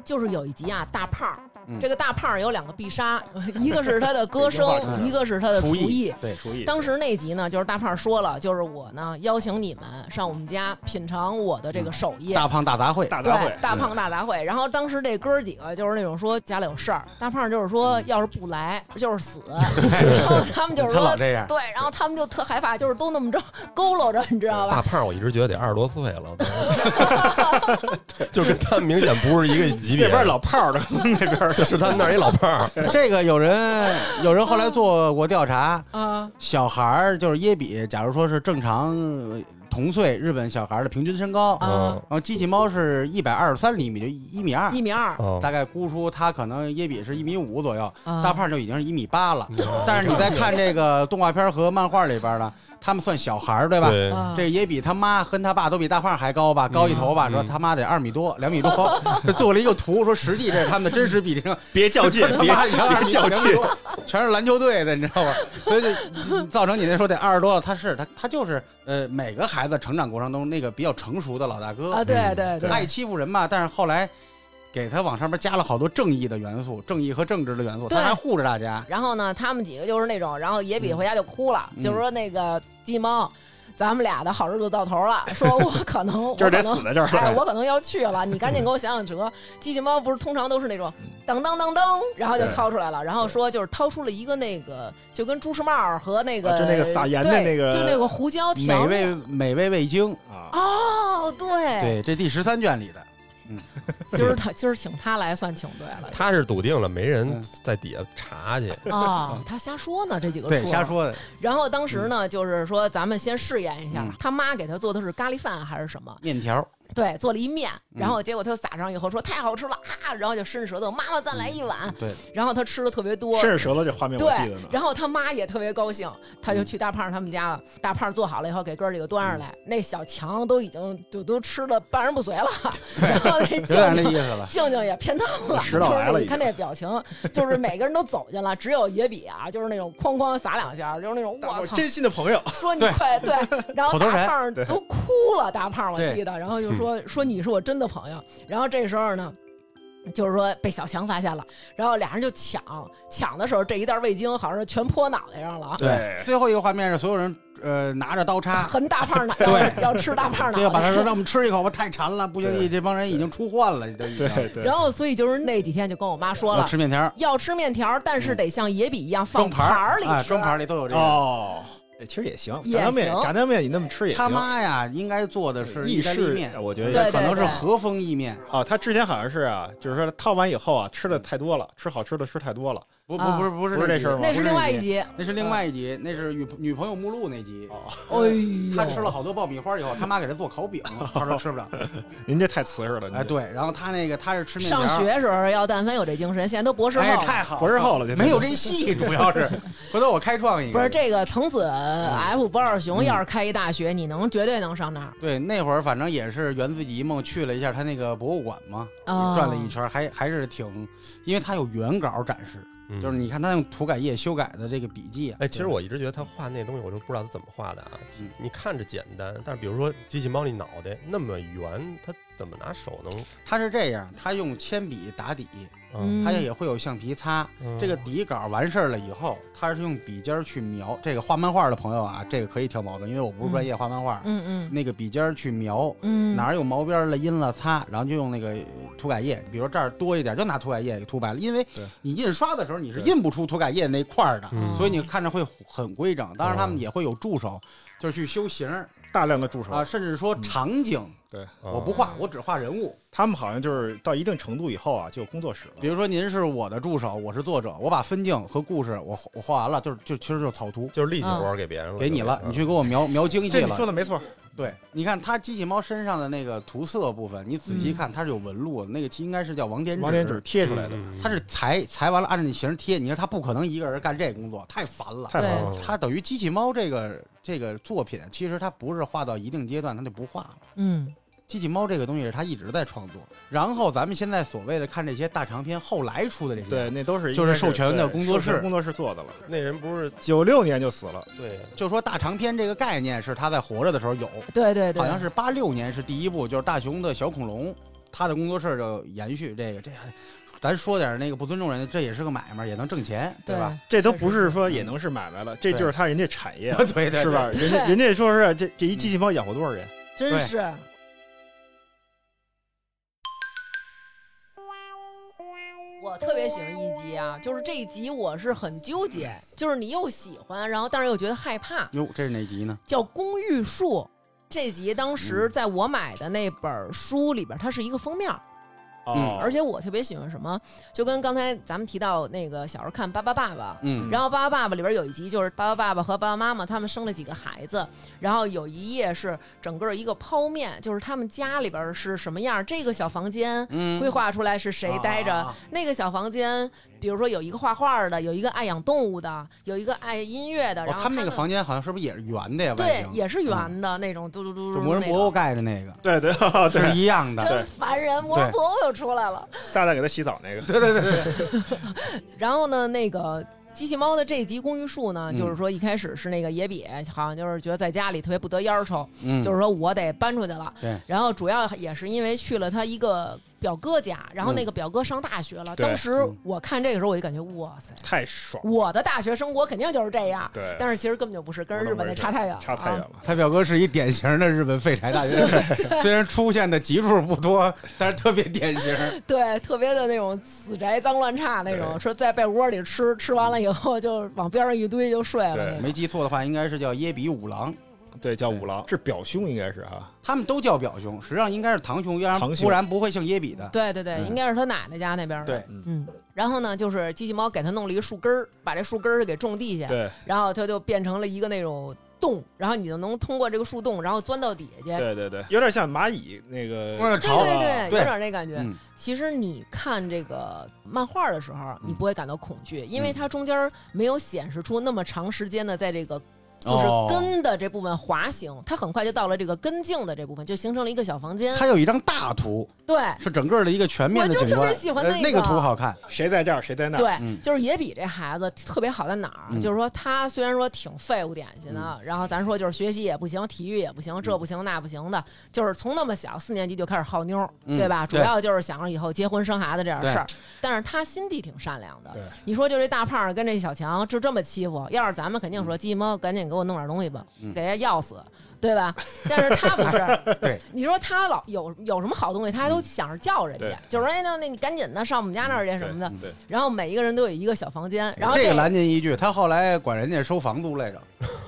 就是有一集啊，大胖儿，嗯这个大胖儿有两个必杀， 一个是他的歌北京话声，是一个是他的厨呃厨艺。对，厨艺。当时那集呢，就是大胖说了，就是我呢邀请你们上我们家品尝我的这个手艺。嗯大胖大杂烩，大杂对烩，，大胖大杂烩。然后当时这哥儿几个就是那种说家里有事儿，大胖就是说嗯要是不来就 是死，然后他们就是他老说这样，对，然后他们就特害怕，就是都那么着佝偻着，你知道吧？大胖，我一直觉得得二十多岁了， 就跟他明显不是一个级别。那边老炮儿的那边儿是他们那儿一老胖儿，这个有人有人后来做过调查，啊，小孩儿就是耶比，假如说是正常呃同岁日本小孩儿的平均身高，啊然嗯后机器猫是一百二十三厘米，就一米二一，米二，哦大概估出他可能耶比是一米五左右，啊大胖就已经是一米八了。但是你再看这个动画片和漫画里边呢，他们算小孩儿对吧？对，啊嗯这也比他妈跟他爸都比大胖还高吧，高一头吧，嗯说他妈得二米多，两米多，这做了一个图，说实际这是他们的真实比例，别较劲，他别妈一二别米较两米劲。多，全是篮球队的，你知道吧？所以就造成你那说得二十多了，他是他他就是呃，每个孩子成长过程中那个比较成熟的老大啊，哥，对对对，爱欺负人嘛，但是后来。给他往上面加了好多正义的元素，正义和正直的元素，对他还护着大家。然后呢，他们几个就是那种，然后野比嗯回家就哭了，嗯就是说那个鸡猫，咱们俩的好日子到头了，说我可能 我就是可得能死在这儿哎，了。我可能要去了，你赶紧给我想想辙。机器猫不是通常都是那种当当当当，然后就对掏出来了，然后说就是掏出了一个那个，就跟朱时茂和那个啊就那个撒盐的对那个就那个胡椒美调味料。美味味精，啊，哦，对，对，这第十三卷里的，今儿他今儿请他来算请对了他是笃定了，没人嗯在底下 查去。啊，他瞎说呢，这几个对，瞎说。说的，然后嗯当时呢，就是说咱们先试验一下嗯，他妈给他做的是咖喱饭还是什么？面条，嗯对，做了一面，然后结果他就撒上以后说太好吃了啊，然后就伸舌头，妈妈再来一碗，嗯对，然后他吃的特别多，伸着舌头这画面我记得对呢，。嗯然后他妈也特别高兴，他就去大胖他们家了。大胖做好了以后，给哥儿几个端上来，那小强都已经就都吃的半身不遂了， 然后 那有点那静意静。思了。静静也偏烫了，食道癌就了是你已经看那表情，就是每个人都走进了，只有野比啊，就是那种哐哐撒两下，就是那种我我操，真心的朋友，说你 快对，然后口头大禅嗯胖对都哭了，大胖我记得，然后就说说你是我真的朋友，然后这时候呢。就是说被小强发现了，然后俩人就抢，抢的时候这一袋味精好像是全泼脑袋上了，对，最后一个画面是所有人呃拿着刀叉，横大胖 脑，对要吃大胖脑就袋，要把 他说让我们吃一口吧，太馋了，不行，对你这帮人已经出患了，都已经对对对然后所以就是那几天就跟我妈说要了，吃面条，要吃面条，但是得像野比一样装放盘盘儿儿里哎，吃，装盘儿里都有这个。哦，哎其实也行，也炸酱面行炸酱面你那么吃也他行。妈呀，应该做的是意意大利式面，，我觉得对可能是和风意面，啊，他之前好像是啊，就是说烫完以后啊，吃的太多了，吃好吃的吃太多了。不啊不不是不是不是这那集事儿吗那是另外一，集，那是另外一集，那是女女朋友目录那集。哦，哎，他吃了，好多爆米花以后，他妈给他做烤饼，他说吃 不了。您这太瓷实了，您哎，这对，然后他那个他是吃面条，上学时候要但凡有这精神，现在都博士后哎了。太好了，博士后了，现在没有这戏，主要 是回头我开创一个。不是这个藤子 F 不二雄要是开一大学，你能绝对能上那儿对，那会儿反正也是源自己一梦，去了一下他那个博物馆嘛，啊！转了一圈儿，还还是挺，因为他有原稿展示，嗯就是你看他用涂改液修改的这个笔记啊。哎，其实我一直觉得他画那东西，我都不知道他怎么画的啊。嗯你看着简单，但是比如说机器猫那脑袋那么圆，他怎么拿手能？他是这样，他用铅笔打底，嗯嗯，他也会有橡皮擦。嗯这个底稿完事儿了以后，他是用笔尖儿去描。这个画漫画的朋友啊，这个可以挑毛病，因为我不是专业画漫画。嗯嗯那个笔尖儿去描，嗯，哪儿有毛边儿了、阴了擦，然后就用那个呃涂改液，比如这儿多一点，就拿涂改液给涂白了。因为对你印刷的时候你是对印不出涂改液那块儿的，嗯所以你看着会很规整。当然他们哦也会有助手，就是去修形儿大量的助手啊，甚至嗯说场景、哦我不啊画，我只画人物。他们好像就是到一定程度以后啊，就有工作室比了。如说您是我的助手，我是作者，我把分镜和故事我我画完了，就是就其实就是草图。就是力气活儿给别人了，嗯给你了，就你是去给我 描描精细哦嗯这你了说。的没错，对，你看它机器猫身上的那个涂色部分，你仔细看，它是有纹路的，那个应该是叫网点嗯王天纸贴出来的，嗯他是裁裁完了，按照你形儿贴。你说他不可能一个人干这工作，太烦了。太烦对了。嗯他等于机器猫这个这个作品，其实他不是画到一定阶段，他就不画了。嗯机器猫这个东西是他一直在创作。然后咱们现在所谓的看这些大长篇，后来出的这些，对，，那都是就是应该授权的对工作室授权工作室做的了。那人不是九六年就死了，对就说大长篇这个概念是他在活着的时候有，对对对，好像是八六年是第一部，就是大雄的小恐龙，他的工作室就延续这个这。咱说点那个不尊重人的，这也是个买卖，也能挣钱，对吧？？，这都不是说也能是买卖了，这就是他人家产业 对对，是吧？人家对人家说是这这一机器猫养活多少人？真是我特别喜欢一集啊，就是这一集我是很纠结，就是你又喜欢，然后但是又觉得害怕，哟，这是哪集呢？叫《公寓树》。这集当嗯时在我买的那本书里边，它是一个封面，嗯哦，嗯而且我特别喜欢什么，就跟刚才咱们提到那个小时候看《巴巴爸爸》，嗯，然后《巴巴爸爸》里边有一集就是巴巴爸爸和爸爸妈妈他们生了几个孩子，然后有一页是整个一个剖面，就是他们家里边是什么样，这个小房间嗯啊规划出来是谁待着，那个小房间，比如说有一个画画的，有一个爱养动物的，有一个爱音乐的，哦然，后他们那个房间好像是不是也是圆的呀？外对形也是圆的那种，嘟嘟嘟就嘟魔那人布欧种。盖的那个对对是哦对，一样的。真烦人，魔人布欧又出来了。撒旦给他洗澡那个，然后呢，那个机器猫的这一集《公寓树》呢，嗯就是说一开始是那个野比，好像就是觉得在家里特别不得烟儿抽，嗯，就是说我得搬出去了。对然后主要也是因为去了他一个表哥家，然后那个表哥上大学了。当时我看这个时候我就感觉，哇塞，太爽，我的大学生活肯定就是这样。对，但是其实根本就不是，跟日本的差太远了啊，差太远了。他表哥是一典型的日本废柴大学生， 虽然出现的集数不多，但是特别典型。 对，特别的那种死宅脏乱差那种，对说在被窝里吃，吃完了以后就往边上一堆就睡了对那种。没记错的话，应该是叫耶比五郎，对，叫五郎是表兄，应该是哈，他们都叫表兄，实际上应该是堂兄，要不堂然兄不然不会姓耶比的。对对对，嗯应该是他奶奶家那边的。对，嗯。然后呢，就是机器猫给他弄了一树根儿，把这树根儿给种地下。对，然后它就变成了一个那种洞，然后你就能通过这个树洞，然后钻到底下去。对对对，有点像蚂蚁那个，我对潮对啊对，对有点那感觉。嗯，其实你看这个漫画的时候，你嗯不会感到恐惧，因为嗯它中间没有显示出那么长时间的在这个就是哦根的这部分滑行，它很快就到了这个根茎的这部分，就形成了一个小房间。它有一张大图，对是整个的一个全面的景观，我就特别喜欢呃那那个图好看，谁在这儿谁在那儿，对，嗯就是野比这孩子特别好在哪儿？嗯就是说他虽然说挺废物典型的，然后咱说就是学习也不行，体育也不行，嗯这不行那不行的，就是从那么小四年级就开始好妞儿，嗯对吧？主对要就是想着以后结婚生孩子这点事儿。但是他心地挺善良的对。你说就这大胖儿跟这小强就这么欺负，要是咱们肯定说鸡猫赶紧给我弄点东西吧，嗯给他要死。对吧？但是他不 是，对，你说他老有有什么好东西，他都想着叫人家对，就是说哎，那那你赶紧的上我们家那儿去什么的，对，然后每一个人都有一个小房间，然后这这个拦您一句，他后来管人家收房租来着，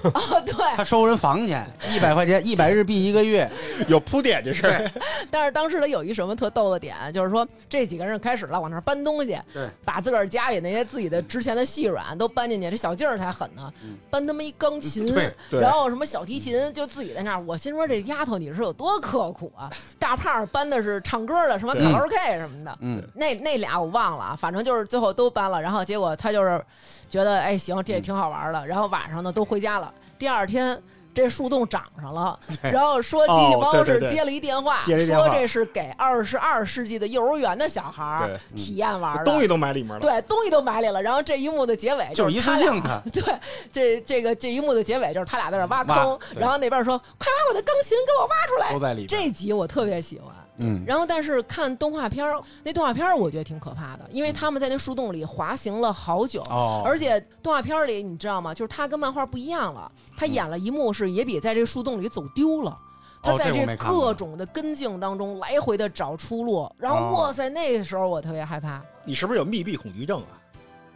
哦 对，他收人房钱，一百块钱，一百日币一个月，有铺垫这事儿，但是当时他有一什么特逗的点，就是说这几个人开始了往那儿搬东西，对，把自个儿家里那些自己的值钱的细软都搬进去，这小静儿才狠呢嗯，搬他妈一钢琴，对对然后什么小提琴，就自己在那儿，我心说这丫头你是有多刻苦啊，大胖儿搬的是唱歌的，什么对卡拉 OK 什么的，嗯，那那俩我忘了啊，反正就是最后都搬了，然后结果他就是觉得哎行，嗯这也挺好玩的，然后晚上呢都回家了。第二天这树洞长上 了，然后说机器哦猫对是对对接了一电话，接了一电话说这是给二十二世纪的幼儿园的小孩儿对，嗯体验玩的，东西都埋里面了，对东西都买里了。然后这一幕的结尾就是哎是一他次俩性的，对，这这个这一幕的结尾就是他俩在那挖坑挖，对然后那边说快把我的钢琴给我挖出都来。在里边。这集我特别喜欢，嗯，然后，但是看动画片儿，那动画片儿我觉得挺可怕的，因为他们在那树洞里滑行了好久，哦，而且动画片儿里你知道吗？就是他跟漫画不一样了，他演了一幕是野比在这树洞里走丢了。他哦这在我这没看过各种的根茎当中来回的找出路，然后哦哇塞，那时候我特别害怕，你是不是有密闭恐惧症啊？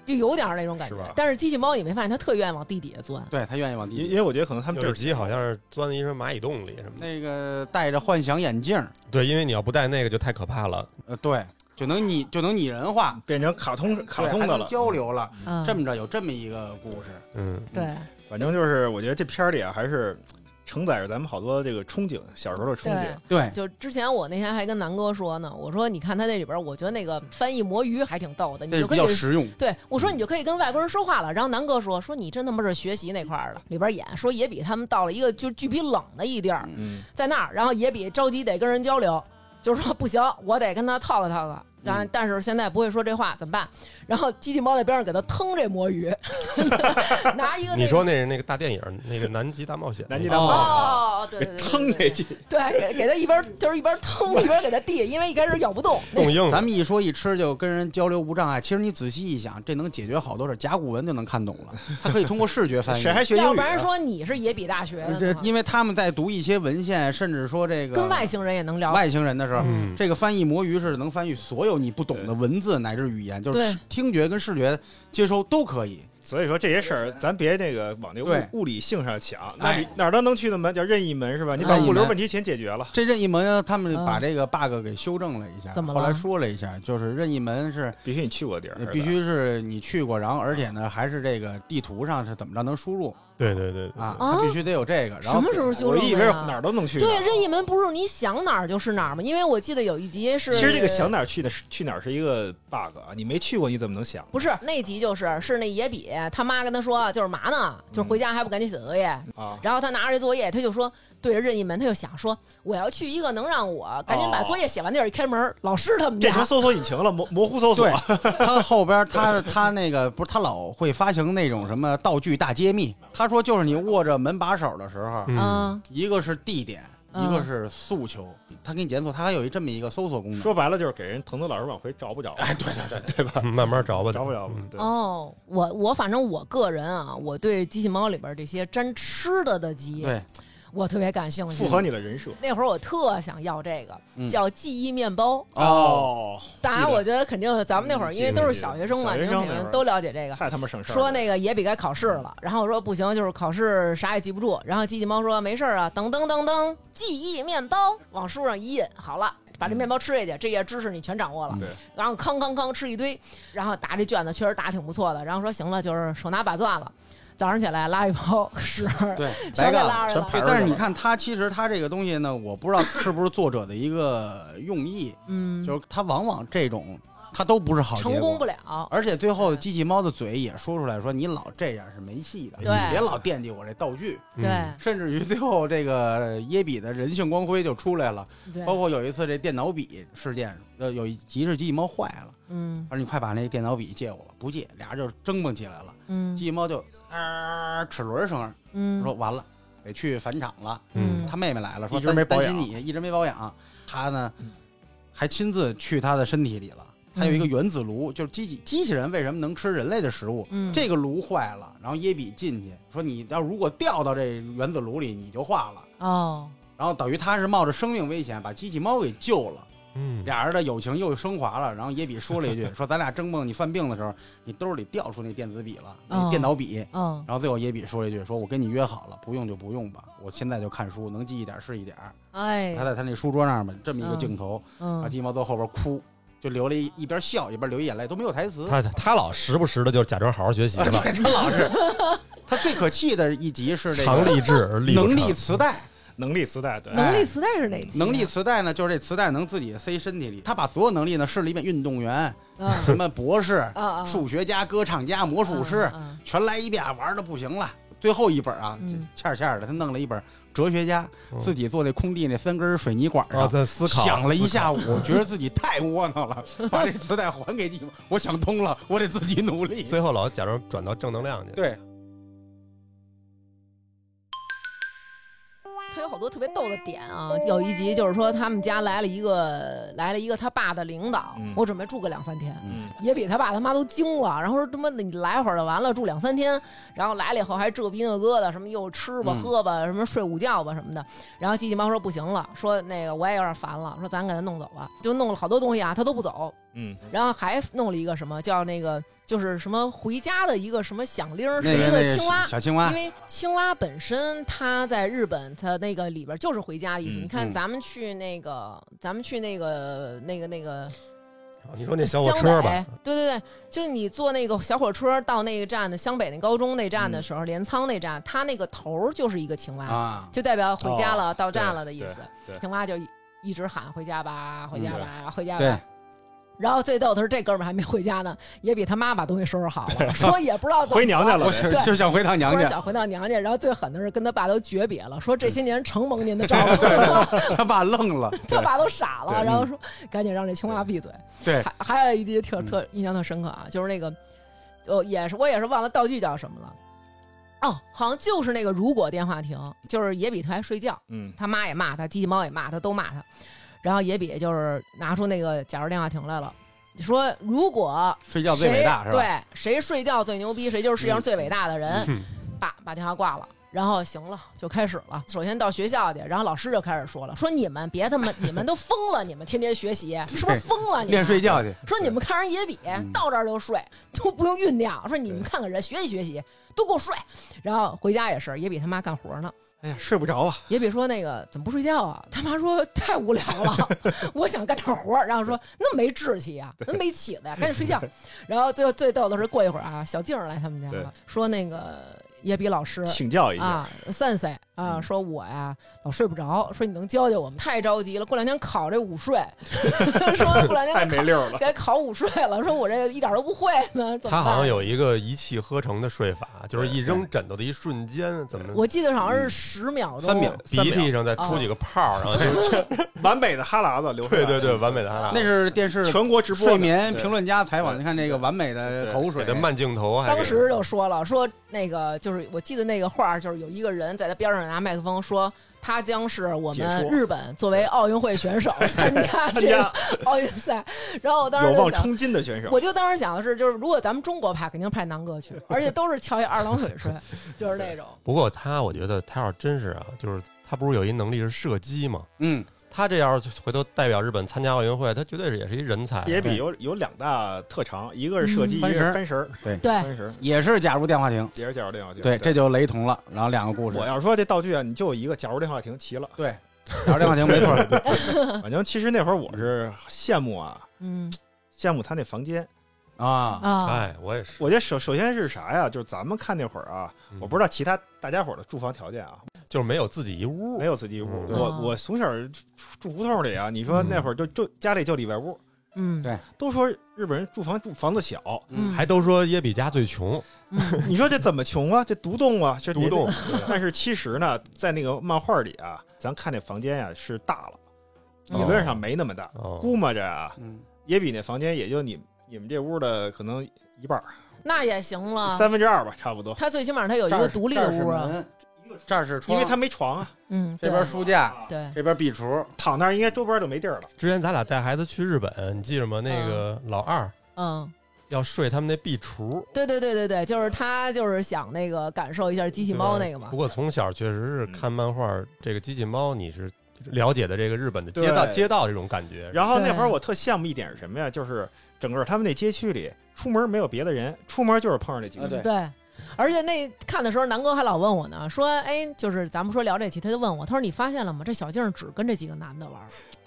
就有点儿那种感觉是吧。但是机器猫你没发现它特愿意往地底下钻，对他愿意往因地因为我觉得可能他们有这一集好像是钻进一什么蚂蚁洞里什么的。那个戴着幻想眼镜儿，对，因为你要不戴那个就太可怕了。呃，对，就能拟就能拟人化，变成卡通嗯卡对通还的能了，交流了。嗯，这么着有这么一个故事，嗯，对反正就是，我觉得这片儿里啊，还是承载着咱们好多这个憧憬，小时候的憧对憬。。对，就之前我那天还跟南哥说呢，我说你看他那里边儿，我觉得那个翻译魔鱼还挺逗的，你这就比可以较实用。对，我说你就可以跟外国人说话了。然后南哥说说你真他妈是学习那块儿的，里边演说也比他们到了一个就巨比冷的一地儿，嗯，哦在那儿，然后也比着急得跟人交流，就是说不行，我得跟他套个套个。然嗯后但是现在不会说这话怎么办？ 然后机器猫在边上给他腾这魔鱼， 拿一个、那个、你说那是那个大电影那个《南极大冒险》？南极大大冒哦冒险险，哦哦，对对对 给腾对那对劲，对给给他一边就是一边腾 一边给他递，因为一开始咬不动。那冻硬了咱们一说一吃就跟人交流无障碍，其实你仔细一想，这能解决好多事儿。甲骨文就能看懂了，它可以通过视觉翻译。 谁还学英语啊？要不然说你是野比大学呃的这呢，因为他们在读一些文献，甚至说这个跟外星人也能聊。外星人的时候，嗯，这个翻译魔鱼是能翻译所有你不懂的文字乃至语言，就是对听觉跟视觉接收都可以。所以说这些事儿，咱别那个往对那个物物理性上想，那哎你哪儿都能去的门叫任意门是吧？你把任意门物流问题先解决了，这任意门他们嗯把这个 bug 给修正了一下，怎么了后来说了一下，就是任意门是必须你去过的地儿呃，是吧必须是你去过，然后而且呢还是这个地图上是怎么着能输入对对对对啊，啊它必须得有这个。然什后么时候修我正的呀？以为是哪儿都能去呢。对，任意门不是你想哪儿就是哪儿吗？因为我记得有一集是，其实这个想哪儿去的去哪儿是一个 bug 啊，你没去过你怎么能想？不是那集就是是那野比他妈跟他说就是嘛呢，就是回家还不赶紧写作业。嗯啊，然后他拿着这作业，他就说对着任意门，他就想说我要去一个能让我赶紧把作业写完地儿。一开门，老师他们哦这家成搜索引擎了，模模糊搜索啊对，他后边他他那个不是他老会发行那种什么道具大揭秘，他说就是你握着门把手的时候，嗯，嗯一个是地点，嗯一个是诉求，他给你检索，他还有一这么一个搜索功能。 说白了就是给人腾腾老师往回找不着，哎，对对对，慢慢找吧，找不着吧嗯。对哦，我我反正我个人啊，我对机器猫里边这些沾吃的的集，对我特别感兴趣。符合你的人设。那会儿我特想要这个，嗯叫记忆面包。哦，当然，记得我觉得肯定是咱们那会儿，嗯因为都是小学生嘛，记你得记得肯小学生那会定儿都了解这个。太他妈省事儿了。说那个也比该考试了，然后我说不行，就是考试啥也记不住。然后机器猫说没事儿啊，噔噔噔噔，记忆面包往书上一印，好了，把这面包吃下去，这些知识你全掌握了。对然后吭吭吭吃一堆，然后答这卷子确实答挺不错的。然后说行了，就是手拿把攥了。早上起来拉一泡屎，对，全白给干拉了出全来排了。着但是呢你看他，其实他这个东西呢，我不知道是不是作者的一个用意，嗯， 就是他往往这种他都不是好结果成功不了。而且最后机器猫的嘴也说出来说，你老这样是没戏的，你对别老惦记我这道具。嗯甚至于最后这个耶比的人性光辉就出来了，对，包括有一次这电脑笔事件，呃，有一集是机器猫坏了，嗯他说你快把那电脑笔借我吧，不借，俩人就争蹦起来了，嗯机器猫就啊齿轮声，嗯说完了得去返场了。嗯他妹妹来了，说一直没担保担心养你一直没保养，他呢嗯还亲自去他的身体里了。他有一个原子炉，就是机器机器人为什么能吃人类的食物？嗯这个炉坏了，然后耶比进去说：“你要如果掉到这原子炉里，你就化了。哦，”然后等于他是冒着生命危险把机器猫给救了，嗯，俩人的友情又升华了。然后耶比说了一 句：“说咱俩争梦，你犯病的时候，你兜里掉出那电子笔了，那哦电脑笔。嗯然后最后耶比说了一句：“说我跟你约好了，不用就不用吧，我现在就看书，能记一点是一点儿。”哎他，在他那书桌那儿嘛，这么一个镜头，啊，嗯鸡毛在后边哭，就流了一一边笑一边流眼泪，都没有台词。他他老时不时的就假装好好学 习了，对他老是，他最可气的一集是这常个立志而立不能成力磁带，能力磁带对，哎能力磁带是哪集啊？能力磁带呢，就是这磁带能自己塞身体里。他把所有能力呢试了一遍，运动 员、嗯什么博士、啊啊，数学家、歌唱家、魔术师，嗯全来一遍，玩的不行了。最后一本啊嗯，欠欠的，他弄了一本哲学家，嗯自己坐那空地那三根水泥管啊，上，在思考，想了一思考下午，觉得自己太窝囊 了，把这磁带还给你们。我想通了，我得自己努力。最后老假装转到正能量去。对，他有好多特别逗的点啊，有一集就是说他们家来了一个来了一个他爸的领导，嗯我准备住个两三天，嗯，也比他爸他妈都惊了，然后说他妈的你来会儿就完了，住两三天，然后来了以后还这个逼那个的，什么又吃吧、嗯喝吧，什么睡午觉吧什么的。然后机器猫说不行了，说那个我也有点烦了，说咱给他弄走吧，就弄了好多东西啊，他都不走，嗯，然后还弄了一个什么叫那个就是什么回家的一个什么响铃儿，是那个那一个青蛙小。小青蛙因，为青蛙本身它在日本，它那个里边就是回家的意思。嗯你看嗯咱们去那个，咱们去那个那个那个啊你说那小火湘车吧北，对对对，就你坐那个小火车到那个站的湘北那高中那站的时候，镰仓那站，它那个头儿就是一个青蛙，啊，哦就代表回家了、到站对了的意思。对对青蛙就一一直喊回家吧，回家吧，回嗯家对吧。然后最逗的是，这哥们儿还没回家呢， 也比他妈把东西收拾好 了，说也不知道怎么回娘家了我呗，是对就想回趟娘突然家，想回到娘家，然后最狠的是跟他爸都诀别了，说这些年承蒙您的照顾， 他爸愣了。他爸都傻了，对然后说赶紧让这青蛙闭嘴。对还还有一集特嗯特印象特深刻啊，就是那个，呃，也是我也是忘了道具叫什么了。哦，好像就是那个如果电话亭，就是野比他还睡觉，嗯他妈也骂他，机器猫也骂他，都骂他。然后野比就是拿出那个假如电话亭来了，说如果睡觉最伟大谁是吧？嗯对，谁睡觉最牛逼，谁就是世界上最伟大的人。 把把电话挂了。然后行了，就开始了。首先到学校去，然后老师就开始说了，说你们别他妈，你们都疯了，你们天天学习是不是疯了？你练们睡觉去，说你们看人野比嗯到这儿就睡，都不用酝酿。说你们对看看人学习学习，都给我睡。然后回家也是，野比他妈干活呢。哎呀，睡不着啊，野比说那个怎么不睡觉啊？他妈说太无聊了， 我想干点活儿。然后说那没志气呀、那没起子呀、赶紧睡觉。然后最后最逗的是过一会儿啊，小静儿来他们家对了，说那个野比老师请教一下，啊三 e 啊，嗯说我呀老睡不着，说你能教教我吗？太着急了，过两天考这午 睡，说过两太天没得溜了考，得考午睡了，说我这一点都不会呢，怎么办？他好像有一个一气呵成的睡法，就是一扔枕头的一瞬间，怎么我哦记得好像是十秒钟，三秒三鼻秒涕上再出几个泡 儿，然后就完美的哈喇子流出来嗯对对对，完美的哈喇那子，是电视全国直播的睡眠评论家采访，对你看这个完美的对口给水他，慢镜头还给当时就说了，说那个就是我记得那个画儿，就是有一个人在他边上拿麦克风说。他将是我解们说日本作为奥运会选手参加这个家 奥运赛，然后我当时有就望想冲金的选手，我就当时想的是，就是如果咱们中国派，肯定派南哥去，而且都是翘一二郎腿睡，就是那种。不过他，我觉得他要是真是啊，就是他不是有一能力是射击吗？嗯，他这要是回头代表日本参加奥运会，他绝对是也是一人才。野比有有两大特长，一个是射击，嗯一个是翻绳儿，对，翻绳儿也是假如电话亭，也是假如电话亭。对，这就雷同了。然后两个故事我，要说这道具啊，你就有一个假如电话 亭齐了。对，假如电话亭没错，反正其实那会儿我是羡慕啊，嗯羡慕他那房间，啊，啊，哎，我也是，我觉得首首先是啥呀？就是咱们看那会儿啊，我不知道，道其他大家伙儿的住房条件啊，就是没有自己一屋没，有自己屋。嗯我哦我从小住胡同里啊，你说嗯那会儿就就家里就里外屋，嗯，对都说日本人住房住房子小， 嗯，还都说耶比家最穷，嗯你说这怎么穷啊？这独栋啊，这独栋。但是其实呢，在那个漫画里啊，咱看那房间呀、是大了，嗯理论上没那么大，哦估摸着啊，嗯，也比那房间也就你你们这屋的可能一半儿、那也行了。三分之二吧，差不多。他最起码他有一个独立的屋啊，这儿是窗，因为他没床啊，嗯，这对边书架，对，这边壁橱，躺那儿应该周边就没地儿了。之前咱俩带孩子去日本，你记着吗？那个老二嗯，要睡他们那壁橱，对对对对对，就是他就是想那个感受一下机器猫那个嘛不，过从小确实是看漫画，这个机器猫你是了解的这个日本的对街道街道这种感觉。然后那对会儿我特羡慕一点是什么呀？就是整个他们那街区里，出门没有别的人，出门就是碰上这几个啊人。对对。而且那看的时候，南哥还老问我呢，说，哎，就是咱们说聊这期，他就问我，他说你发现了吗？这小静只跟这几个男 的玩，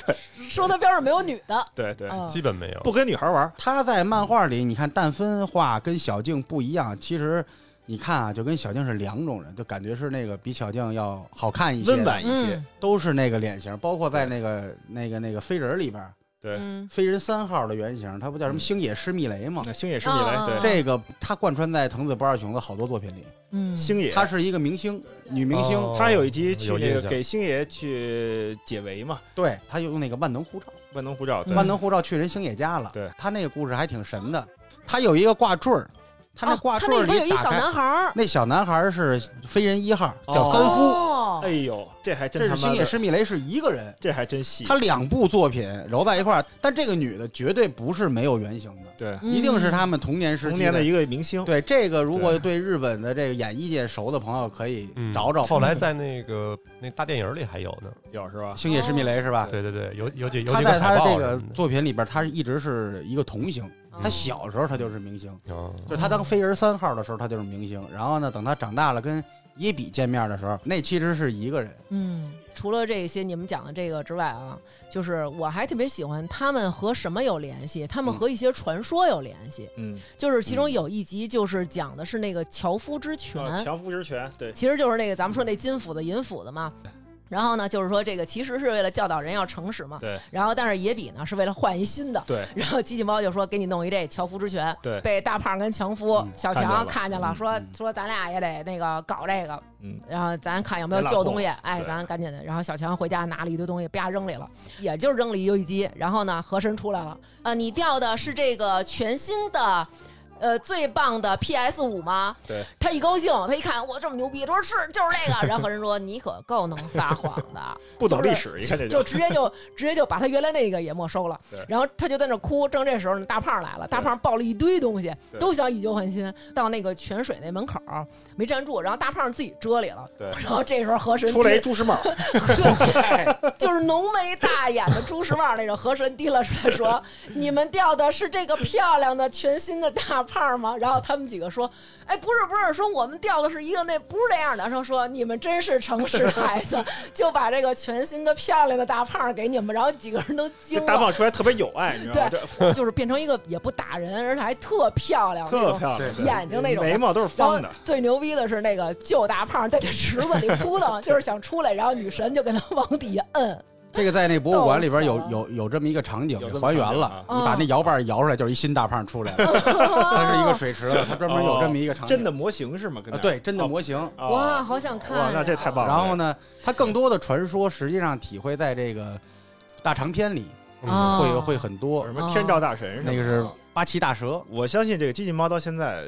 对，说他边上没有女的，对对，嗯基本没有，不跟女孩玩。他在漫画里，你看但分画跟小静不一样，其实你看啊，就跟小静是两种人，就感觉是那个比小静要好看一些，温，婉一些，嗯都是那个脸型，包括在那个那个那个飞人里边，对嗯，飞人三号的原型，他不叫什么星野诗密雷吗？那星野是米啊雷，对，这个他贯穿在藤子不二雄的好多作品里，嗯，星野，她是一个明星，女明星，哦他有一集去有那印个象给星爷去解围嘛，对她用那个万能护照，万能护照，嗯对万能护照去人星野家了，对她那个故事还挺神的，她有一个挂坠儿，她那啊挂他坠那儿里边有里一打小开。男孩儿，那小男孩是飞人一号，哦叫三夫。哦哎呦，这还这真是他星妈野的，施密雷是一个人，这还真细，他两部作品揉在一块儿，但这个女的绝对不是没有原型的，对，嗯一定是他们童年时童期年的的。一个明星，对这个，如果对日本的这个演艺界熟的朋友，可以嗯找找。哦 后来在那个那大电影里还有呢，有是吧？星野施密雷是吧？对对对，有有几有他几在个他海报这个什么的作品里边，他是一直是一个童星。嗯他小时候他就是明星，哦就是他当飞人三号的时候他就是明星，然后呢，等他长大了跟耶比见面的时候，那其实是一个人。嗯，除了这些你们讲的这个之外啊，就是我还特别喜欢他们和什么有联系？他们嗯和一些传说有联系。嗯，就是其中有一集就是讲的是那个樵夫之犬，哦啊，强夫之权，对，其实就是那个咱们说那金斧子、银斧子嘛。然后呢，就是说这个其实是为了教导人要诚实嘛。对。然后但是野比呢是为了换一新的。对。然后机器猫就说给你弄一这樵夫之拳。对被大胖跟强夫、嗯小看见强了看见了，嗯说嗯说咱俩也得那个搞这个。嗯。然后咱看有没有别旧落东西，哎，对咱赶紧的。然后小强回家拿了一堆东西，啪扔里了，也就扔了一游戏机。然后呢，和珅出来了，呃，你掉的是这个全新的。呃，最棒的 PS 五吗？对，他一高兴，他一看我这么牛逼，说是就是这个。然后和珅说：“你可够能撒谎的，不懂历史，一看这就直接就直接就把他原来那个也没收了对。然后他就在那哭。正这时候，呢，大胖来了，大胖抱了一堆东西，对都想以旧换新。到那个泉水那门口儿没站住，然后大胖自己遮里了。对然后这时候和珅出来一提朱时茂， 就是浓眉大眼的朱时茂那种，和珅提了出来说：“你们钓的是这个漂亮的全新的大胖吗？”然后他们几个说：“哎，不是不是，说我们钓的是一个那不是那样的。”然后说：“你们真是诚实的孩子， 就把这个全新的漂亮的大胖给你们。”然后几个人都这惊大了，胖出来特别有爱，你知道吗？这就是变成一个也不打人，而且还特漂亮，那特种漂亮，对眼睛那种的眉毛都是然后方的，最牛逼的是那个旧大胖在那池子里扑 腾，就是想出来，然后女神就给他往底下摁。这个在那博物馆里边有 逗死了有有这么一个场景有给这么还原场景了啊，你把那摇把摇出来就是一新大胖出 来了，它是一个水池子，它专门有这么一个场景，真的模型是吗？跟啊那对真的模型。哦哇，好想看、哇，那这太棒了。然后呢，它更多的传说实际上体会在这个大长篇里嗯啊会会很多什，么天照大神什么的哦那个是八岐大蛇，我相信这个机器猫到现在，呃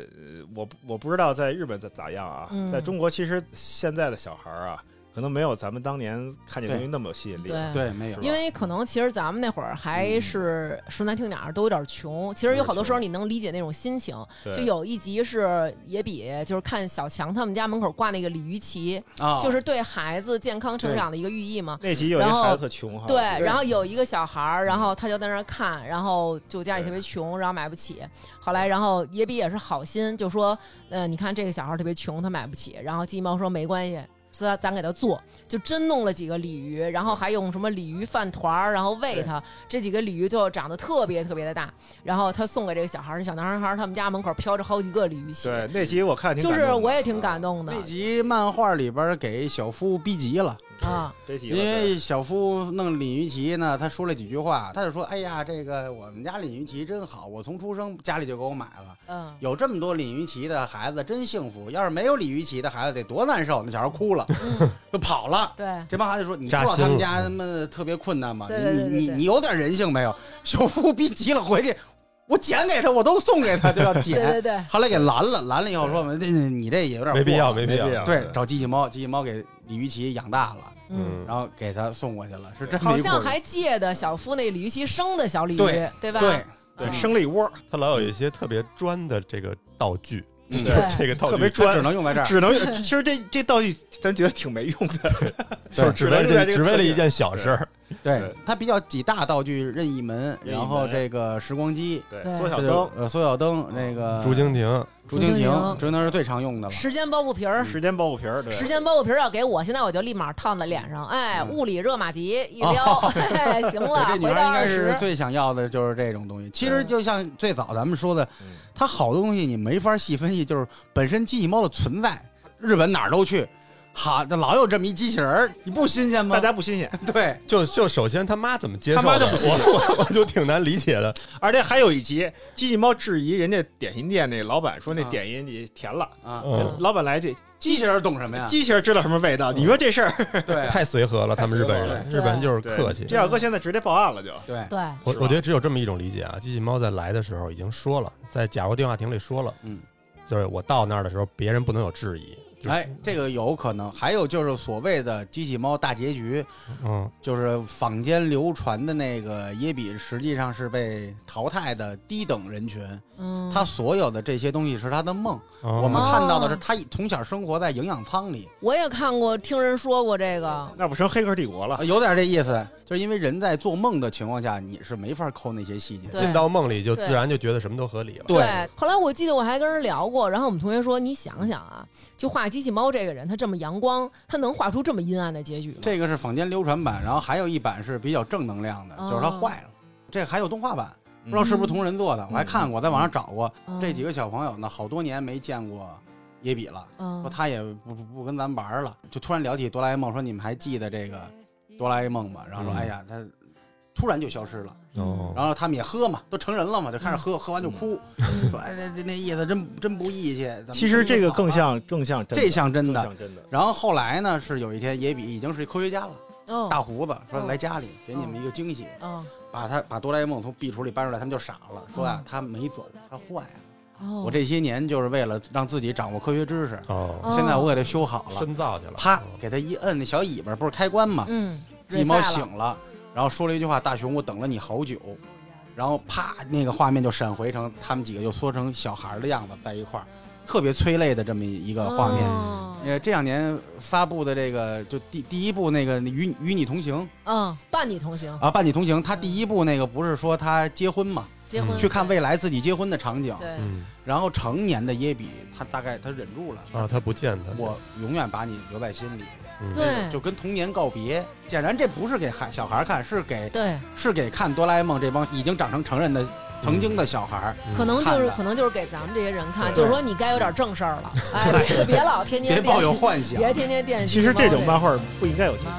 我不我不知道在日本咋咋样啊，嗯在中国其实现在的小孩儿啊，可能没有咱们当年看见东西那么有吸引力。对。对，没有是吧嗯因为可能其实咱们那会儿还是说难听点儿都有点穷，其实有好多时候你能理解那种心情。对就有一集是也比就是看小强他们家门口挂那个鲤鱼旗，啊，就是对孩子健康成长的一个寓意嘛。那集有一然后孩子特穷哈，对，就是然后有一个小孩儿，然后他就在那儿看，然后就家里特别穷，然后买不起。后来，然后野比也是好心，就说，呃，你看这个小孩儿特别穷，他买不起。然后鸡毛说没关系，咱咱给他做，就真弄了几个鲤鱼，然后还用什么鲤鱼饭团儿，然后喂他，这几个鲤鱼就长得特别特别的大，然后他送给这个小孩儿，这小男孩儿他们家门口飘着好几个鲤鱼旗，对，那集我看挺就感是动的啊我也挺感动的那集漫画里边给小夫逼急了，啊，啊这集了，因为小夫弄鲤鱼旗呢，他说了几句话，他就说：“哎呀，这个我们家鲤鱼旗真好，我从出生家里就给我买了， 嗯，有这么多鲤鱼旗的孩子真幸福，要是没有鲤鱼旗的孩子得多难受。”那小孩哭 了，就跑了。对，这帮孩子说：“你知扎道心他们了家他妈特别困难吗？对对对你对你对你你有点人性没有？”小夫逼急了，回去我捡给他，我都送给他，就要 对捡。对嗯对，后来给拦了，拦了以后说：“那那你这也有点没必过要，了没没必要要。对啊对，找机器猫，机器猫给鲤鱼旗养大了，嗯。嗯然后给他送过去了，是这么好一像过程还借的小夫那鲤鱼鳍生的小鲤鱼，对吧？对，对嗯生了 一窝，他老有一些特别专的这个道具，嗯就对是这个道特别具它专只，能用在这儿。只能其实这这道具咱觉得挺没用的，就是只为只能用在这这只个为特了点一件小事儿，对对，它比较几大道具：任意门，任意然后门这个时光机，对，对缩小这就灯、嗯呃，缩小灯，那个竹蜻蜓，竹蜻竹蜻蜓，蜓竹蜻蜓是最常用的了。嗯时间包袱皮儿，时间包袱皮儿，对，时间包袱皮儿要给我，现在我就立马烫在脸上。哎，嗯物理热玛吉一 撩，嘿，行对，了，这啊回女到孩应二该是十。最想要的就是这种东西。其实嗯就像最早咱们说的，嗯它好多东西你没法细分析，就是本身机器猫的存在，日本哪儿都去，好，那老有这么一机器人儿，你不新鲜吗大？家不新鲜。对，就就首先他妈怎么接受的？他妈就不信我我我就挺难理解的。 而且还有一集，机器猫质疑人家点心店那老板说那啊点心你甜了，啊，嗯，老板来一句机器人儿懂什么呀？机器人知道什么味道？你说这事儿，对啊太随和了，他们日本太人，随日和了本人就是对客气这。小哥现在直接报案了就，对，对，我是吧我觉得只有这么一种理解啊，机器猫在来的时候已经说了，在假如电话亭里说了，嗯，就是我到那儿的时候，别人不能有质疑。就是，哎，这个有可能。还有就是所谓的机器猫大结局，嗯，就是坊间流传的那个耶比，实际上是被淘汰的低等人群。嗯，他所有的这些东西是他的梦，我我哦们看到的是他从小生活在营养舱里，我也看过，听人说过这个，那不成黑客帝国了呃？有点这意思。就是因为人在做梦的情况下，你是没法抠那些细节的。对进到梦里就对自然就觉得什么都合理了。对后来我记得我还跟人聊过，然后我们同学说：“你想想啊，就画机器猫这个人，他这么阳光，他能画出这么阴暗的结局吗？”这个是坊间流传版，然后还有一版是比较正能量的，哦就是它坏了。这还有动画版，不嗯知道是不是同人做的，我还看过，在网上找过。嗯这几个小朋友呢，好多年没见过耶比了，说嗯，他也不不不跟咱玩儿了，就突然聊起哆啦 A 梦，说你们还记得这个哆啦 A 梦吗？然后说嗯哎呀，他突然就消失了。哦然后他们也喝嘛，都成人了嘛，就开嗯始喝，喝完就哭，说哎那那那意思真真不义气。咱们嗯其实这个更好吧，像更像真的这像真更的。像真的。然后后来呢，是有一天耶比已经是科学家了，哦大胡子说嗯来家里给你们一个惊喜，哦把他把哆啦 A 梦从壁橱里搬出来，他们就傻了，说啊嗯他没走，他坏了。哦，我这些年就是为了让自己掌握科学知识，哦，哦现在我给它修好了，深造去了。啪哦给它一摁，那小尾巴不是开关吗？嗯，机器猫 reset 了醒了，然后说了一句话：“大熊，我等了你好久。”然后啪，那个画面就闪回成他们几个就缩成小孩儿的样子在一块儿，特别催泪的这么一个画面。哦呃，这两年发布的这个就第第一部那个与与你同行嗯，伴你同行，啊，伴你同行，他第一部那个不是说他结婚嘛，结婚嗯去看未来自己结婚的场景，对，嗯然后成年的耶比，他大概他忍住了，啊，他不见他，我永远把你留在心里，哎嗯对就跟童年告别。显然这不是给孩小孩看，是给对，是给看哆啦 A 梦这帮已经长成成人的曾经的小孩儿，嗯可能就是看的可能就是给咱们这些人看，对就是说你该有点正 事儿了，哎，别别老天天别抱有惦幻想。别天天惦记。其实这种漫画不应该有这个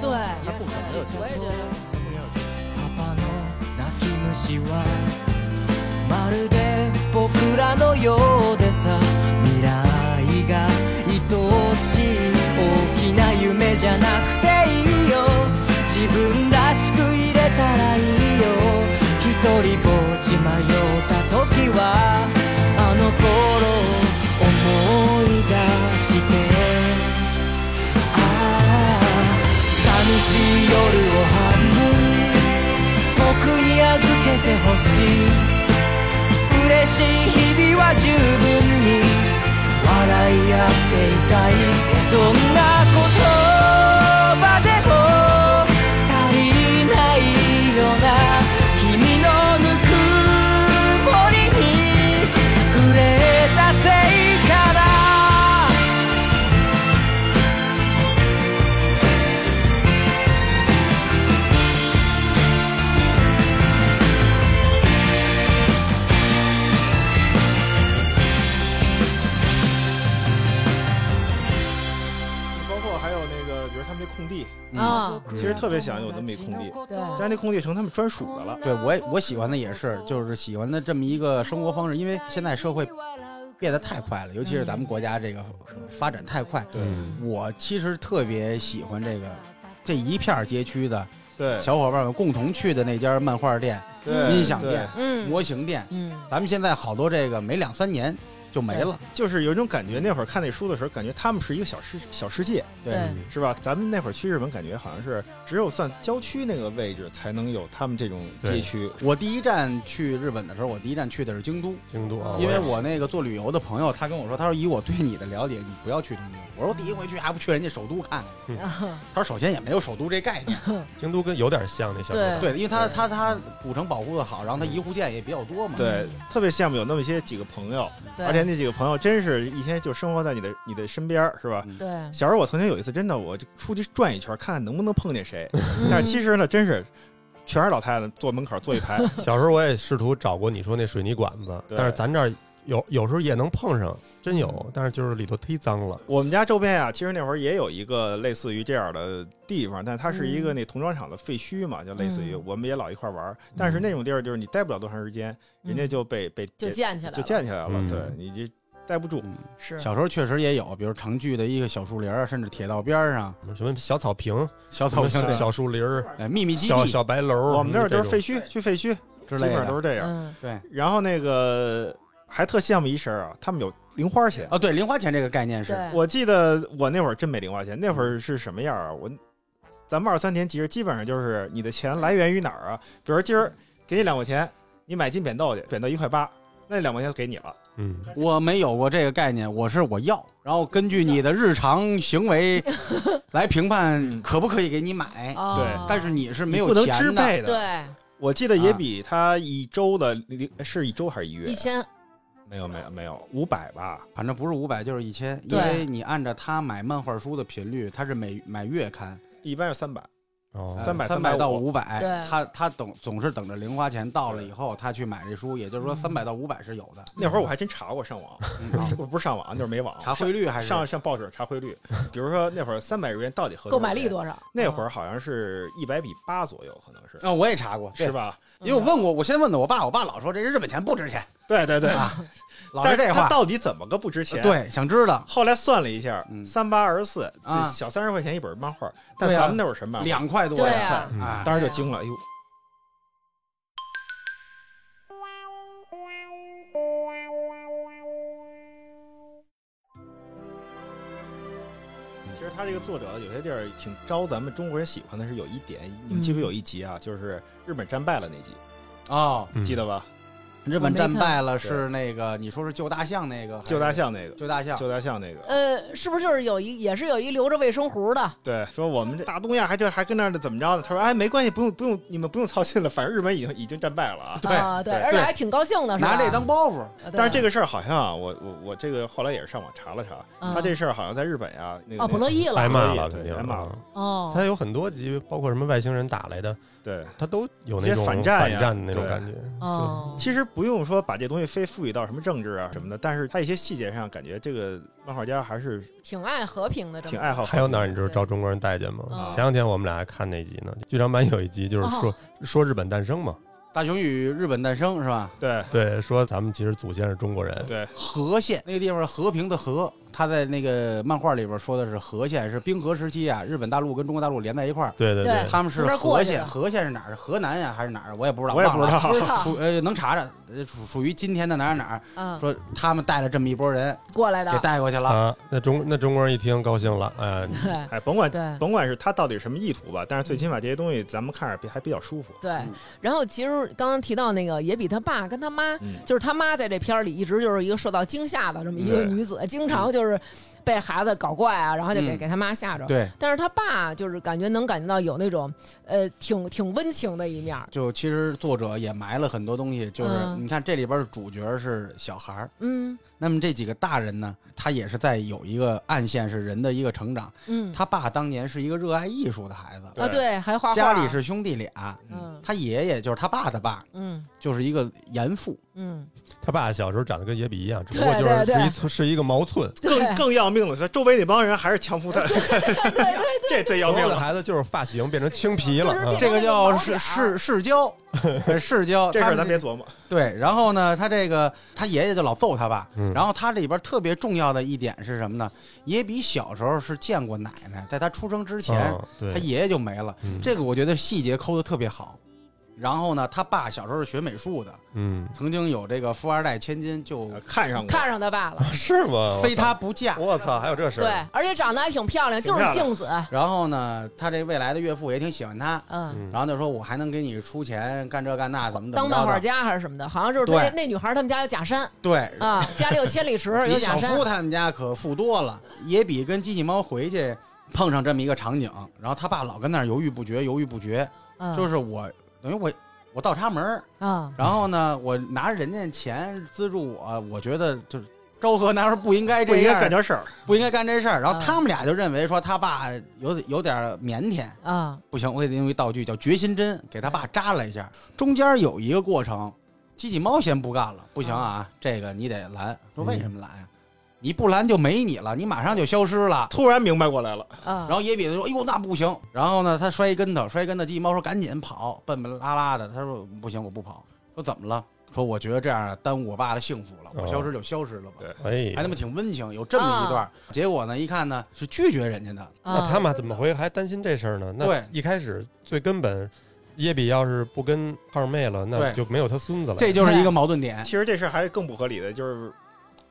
对，它不可能有结我也觉得。パパの泣き虫はまるで僕らのようでさ未来が愛しい大きな夢じゃなくていいよ自分らしく入れたらいいよ一人ぼっち迷った時はあの頃を思い出してああ寂しい夜を半分僕に預けてほしい嬉しい日々は十分に笑い合っていたいどんな言葉でも足りないような君のぬくもりに触れた嗯啊其实特别想有那么一空地，对但是那空地成他们专属的了。对我也我喜欢的也是，就是喜欢的这么一个生活方式，因为现在社会变得太快了，尤其是咱们国家这个呃发展太快。对嗯我其实特别喜欢这个这一片儿街区的对小伙伴们共同去的那家漫画店、对音响对店、嗯模型店。 嗯，咱们现在好多这个没两三年就没了，就是有一种感觉，那会儿看那书的时候，感觉他们是一个小世小世界，对嗯是吧？咱们那会儿去日本，感觉好像是只有算郊区那个位置才能有他们这种街区。我第一站去日本的时候，我第一站去的是京都，京都啊，因为也是我那个做旅游的朋友，他跟我说，他说以我对你的了解，你不要去东京。我说我第一回去还啊不去人家首都看看去。他说首先也没有首都这概念，京都跟有点像那小对日本对，因为他他他古城保护的好，然后他一户建也比较多嘛。对，特别羡慕有那么些几个朋友，对而且那几个朋友真是一天就生活在你的你的身边儿，是吧？对，嗯小时候我曾经有一次真的，我就出去转一圈，看看能不能碰见谁。嗯但是其实呢，真是全是老太太坐门口坐一排，小时候我也试图找过你说那水泥管子，对但是咱这儿有有时候也能碰上，真嗯有，但是就是里头忒脏了。我们家周边啊，其实那会儿也有一个类似于这样的地方，但它是一个那童装厂的废墟嘛，就类似于嗯我们也老一块玩儿。但是那种地儿就是你待不了多长时间，人家就被被嗯就被建起来了，就建起来了，嗯对你这待不住。嗯，是小时候确实也有，比如常去的一个小树林儿，甚至铁道边儿上什么小草坪、小什草么坪小、对、小树林儿、哎秘密基小地小白楼，我们那儿这都种是废墟，去废墟之基类本上都的。是这样。嗯对，然后那个还特羡慕一事儿啊，他们有零花钱。哦对，零花钱这个概念是对，我记得我那会儿真没零花钱，那会嗯儿是什么样啊？我咱们二三年级基本上就是你的钱来源于哪儿啊？比如今儿嗯给你两块钱，你买斤扁豆去，扁豆一块八，那两块钱就给你了。嗯，我没有过这个概念，我是我要，然后根据你的日常行 为来评判可不可以给你买。哦对但是你是没有你不能钱支的，配的。对我记啊得也比他一周的零是一周还是一月一？千没有没有没有，五百吧。反正不是五百就是一千，因对为你按照他买漫画书的频率，他是每买月刊，一般是三百。嗯哦，三百三百到350五百对，他他等总是等着零花钱到了以后，他去买这书，也嗯就是说三百到五百是有的。那会儿我还真查过上网，嗯啊我不是上网，就是没网。查汇率还是上上报纸查汇率，比如说那会儿三百日元到底合购买力少钱？多少？那会儿好像是一百比八左右，可能是啊，我也查过，对是？吧？嗯因为我问过，我先问的我爸，我爸老说这日本钱不值钱，对对对，啊，老但是是这他话，到底怎么个不值钱？，对，想知道后来算了一下，嗯三八二十四，这啊小三十块钱一本漫画，但对啊咱们那会儿什么漫画？两块多对呀啊嗯啊，当时就惊了，哎呦，其实他这个作者有些地儿挺招咱们中国人喜欢的，是有一点，你们记嗯不记得有一集啊，就是日本战败了那集，哦，嗯记得吧？日本战败了是那个，你说是救大象那个，救大，象那个，救大象，救大象那个，呃，是不是就是有一也是有一留着卫生壶的？对，说我们这大东亚还这还跟那儿怎么着呢？他说哎，没关系，不用不用，你们不用操心了，反正日本已经已经战败了啊。 对啊，对，对而且还挺高兴的，是吧拿这当包袱，呃对但是这个事儿好像啊，我我我这个后来也是上网查了查，嗯他这事儿好像在日本呀，那个哦不乐意挨了，骂了，对肯定啊挨骂了。哦，他有很多集，包括什么外星人打来的，对。他都有那一种些反反战呀战的那种对感觉。哦，其实不用说把这东西非赋予到什么政治啊什么的，但是他一些细节上感觉这个漫画家还是挺爱和平的，这么挺爱好。还有哪儿你知道招中国人待见吗？嗯前两天我们俩还看那集呢，剧场版有一集哦就是说、说日本诞生嘛，大雄与日本诞生是吧？对对，说咱们其实祖先是中国人，对和县那个地方是和平的和，他在那个漫画里边说的是和县，是冰河时期啊，日本大陆跟中国大陆连在一块儿，对对对他们是从这儿过和去县，的和县是哪儿？河南呀、还是哪儿？我也不知道，我也不忘知了。道不知道，属呃能查查，呃属属于今天的哪儿哪儿哪嗯儿，，说他们带了这么一波人过来给的，带过去了，啊，那中那中国人一听高兴了， 哎，对哎，甭管对甭管是他到底什么意图吧，但是最起码这些东西咱们看着比还比较舒服。对。然后其实刚刚提到那个，也比他爸跟他妈，嗯就是他妈在这片儿里一直就是一个受到惊吓的这么一个对女子，经常就是被孩子搞怪啊，然后就给嗯给他妈吓着。对。但是他爸就是感觉能感觉到有那种呃挺挺温情的一面儿，就其实作者也埋了很多东西，就是嗯你看这里边的主角是小孩儿，嗯那么这几个大人呢，他也是在有一个暗线是人的一个成长。嗯他爸当年是一个热爱艺术的孩子，啊对，还画画家里是兄弟俩，嗯他爷爷就是他爸的爸，嗯就是一个严父，嗯他爸小时候长得跟野比一样，只不过就是对对 对是一寸是一个毛寸，更更要病的，说周围那帮人还是强迫他， 这最要所命有的了。孩子就是发型变成青皮了，就是啊这个叫毛市哦点儿啊市市郊， 呃市郊。这事他儿们咱别琢磨。对，然后呢，他这个他爷爷就老揍他爸，嗯然后他里边特别重要的一点是什么呢？爷比小时候是见过奶奶，在他出生之前，啊他对，爷爷就没了。嗯这个我觉得细节抠的特别好。然后呢，他爸小时候是学美术的，嗯，曾经有这个富二代千金就看上过，看上他爸了， 是吗？非他不嫁。我操，还有这事对儿？，嗯而且长得还挺漂亮，挺就漂是亮静子，然后呢，他这未来的岳父也挺喜欢他，嗯，嗯然后就说我还能给你出钱干这干那，怎么怎当么漫画着的。家还是什么的，好像就是他对那那女孩他们家有假山对，啊，家里有千里池， 有比假小山，夫他们家可富多了，也比跟机器猫回去碰上这么一个场景，然后他爸老跟那儿犹豫不决，犹豫不决，嗯就是我等于我我倒插门儿，啊，然后呢，我拿人家钱资助我，我觉得就是昭和男儿不应该不这应该样，干这事儿。不应该干这事儿。然后嗯他们俩就认为说他爸有有点腼腆，啊，不行，我给他用一道具叫决心针，给他爸扎了一下。中间有一个过程，机器猫先不干了，不行啊，嗯这个你得拦。说为什么拦呀、你不拦就没你了，你马上就消失了。突然明白过来了，啊，然后野比子说：“哎呦，那不行。”然后呢，他摔一跟头，哎摔一跟头，机器猫说：“赶紧跑，笨笨拉拉的。”他说：“不行，我不跑。”说怎么了？说我觉得这样啊耽误我爸的幸福了，我哦消失就消失了吧。对哎还他呀，嗯妈挺温情，有这么一段。结果呢，一看呢是拒绝人家的，那啊他们怎么回还担心这事儿呢？那对一开始最根本，耶比要是不跟胖妹了，那对就没有他孙子了。这就是一个矛盾点。其实这事儿还更不合理的，就是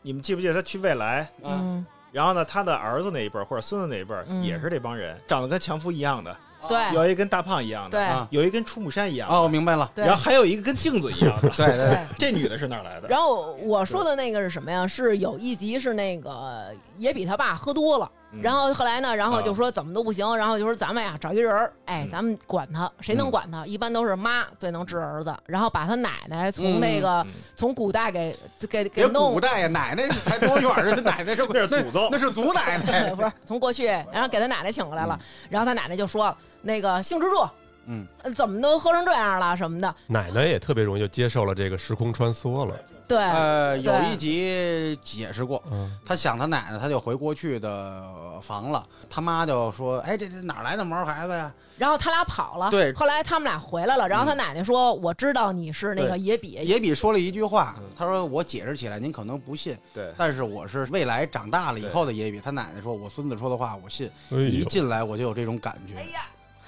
你们记不记得他去未来，啊，嗯，然后呢，他的儿子那一辈儿或者孙子那一辈儿嗯也是这帮人，长得跟强夫一样的，对有一跟大胖一样的，对啊有一跟出木山一样的，哎哦，我明白了。。对然后还有一个跟镜子一样的对对对，对。 这女的是哪儿来的？然后我说的那个是什么呀？是有一集是那个也比他爸喝多了，嗯然后后来呢，然后就啊说怎么都不行，然后就说咱们呀找一人儿，哎，嗯咱们管他，谁能嗯管他？一般都是妈最能治儿子，然后把他奶奶嗯从那个嗯从古代给给给别弄古，代呀，奶奶才多远儿啊？奶奶是 那是祖 宗那是祖奶 奶。哎不是从过去，然后给他奶奶请过来了，然后他奶奶就说那个杏之助，嗯，呃怎么都喝成这样了什么的，奶奶也特别容易就接受了这个时空穿梭了。对，呃，有对一集解释过，嗯，他想他奶奶，他就回过去的房了。他妈就说：“哎，这这哪儿来的毛孩子呀？然后他俩跑了，对嗯后来他们俩回来了，然后他奶奶说我知道你是那个对野比，野比说了一句话嗯，他说：“我解释起来您可能不信，对，但是我是未来长大了以后的野比。”他奶奶说：“我孙子说的话我信。”哎一呦，进来我就有这种感觉哎，呀，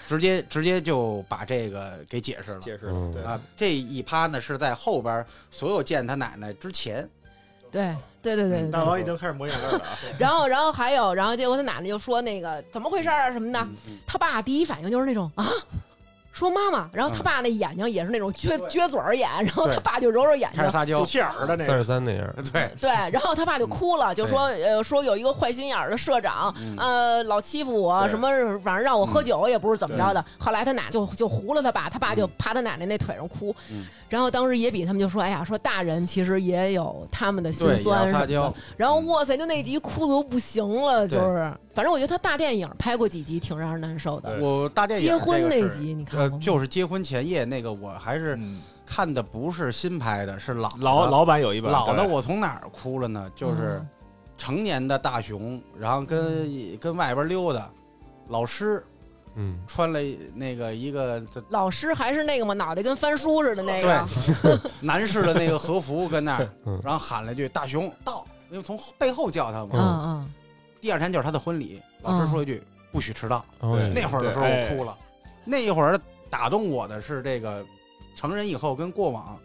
直接直接就把这个给解释了。解释嗯了，对啊，这一趴呢是在后边所有见他奶奶之前，对对对对嗯对大王已经开始抹眼泪了啊！然后，然后还有，然后结果他奶奶就说那个怎么回事儿啊什么的。嗯嗯他爸第一反应就是那种啊，说妈妈。然后他爸那眼睛也是那种撅撅嘴儿眼，然后他嗯对爸就揉揉眼开始睛。撒肚娇，脐眼儿的那三个，十三那样，对，对，然后他爸就哭了，就说呃说有一个坏心眼儿的社长，嗯呃老欺负我，对什么反正让我喝酒也不是怎么着嗯的。后来他奶就就糊了他爸，他爸就趴他奶奶那腿上哭嗯。然后当时也比他们就说，哎呀，说大人其实也有他们的心对，也酸要什撒么的娇。，嗯然后哇塞，就那集哭的都不行了，对就是，反正我觉得他大电影拍过几集，挺让人难受的。对我大电影结婚这个那是集你看呃过吗，就是结婚前夜那个，我还是嗯看的不是新拍的，是老的老老版有一版啊老的，对我从哪儿哭了呢？就是嗯成年的大熊，然后跟跟外边溜达，老师嗯，穿了那个一个这老师还是那个嘛，脑袋跟翻书似的那个，对 男士的那个和服跟 那儿嗯，然后喊了一句“大熊到”，因为从背后叫他嘛。嗯第二天就是他的婚礼，老师说一句“不许迟到”，哎那会儿的时候嗯对我哭了。那一会儿打动我的是这个成人以后跟过往，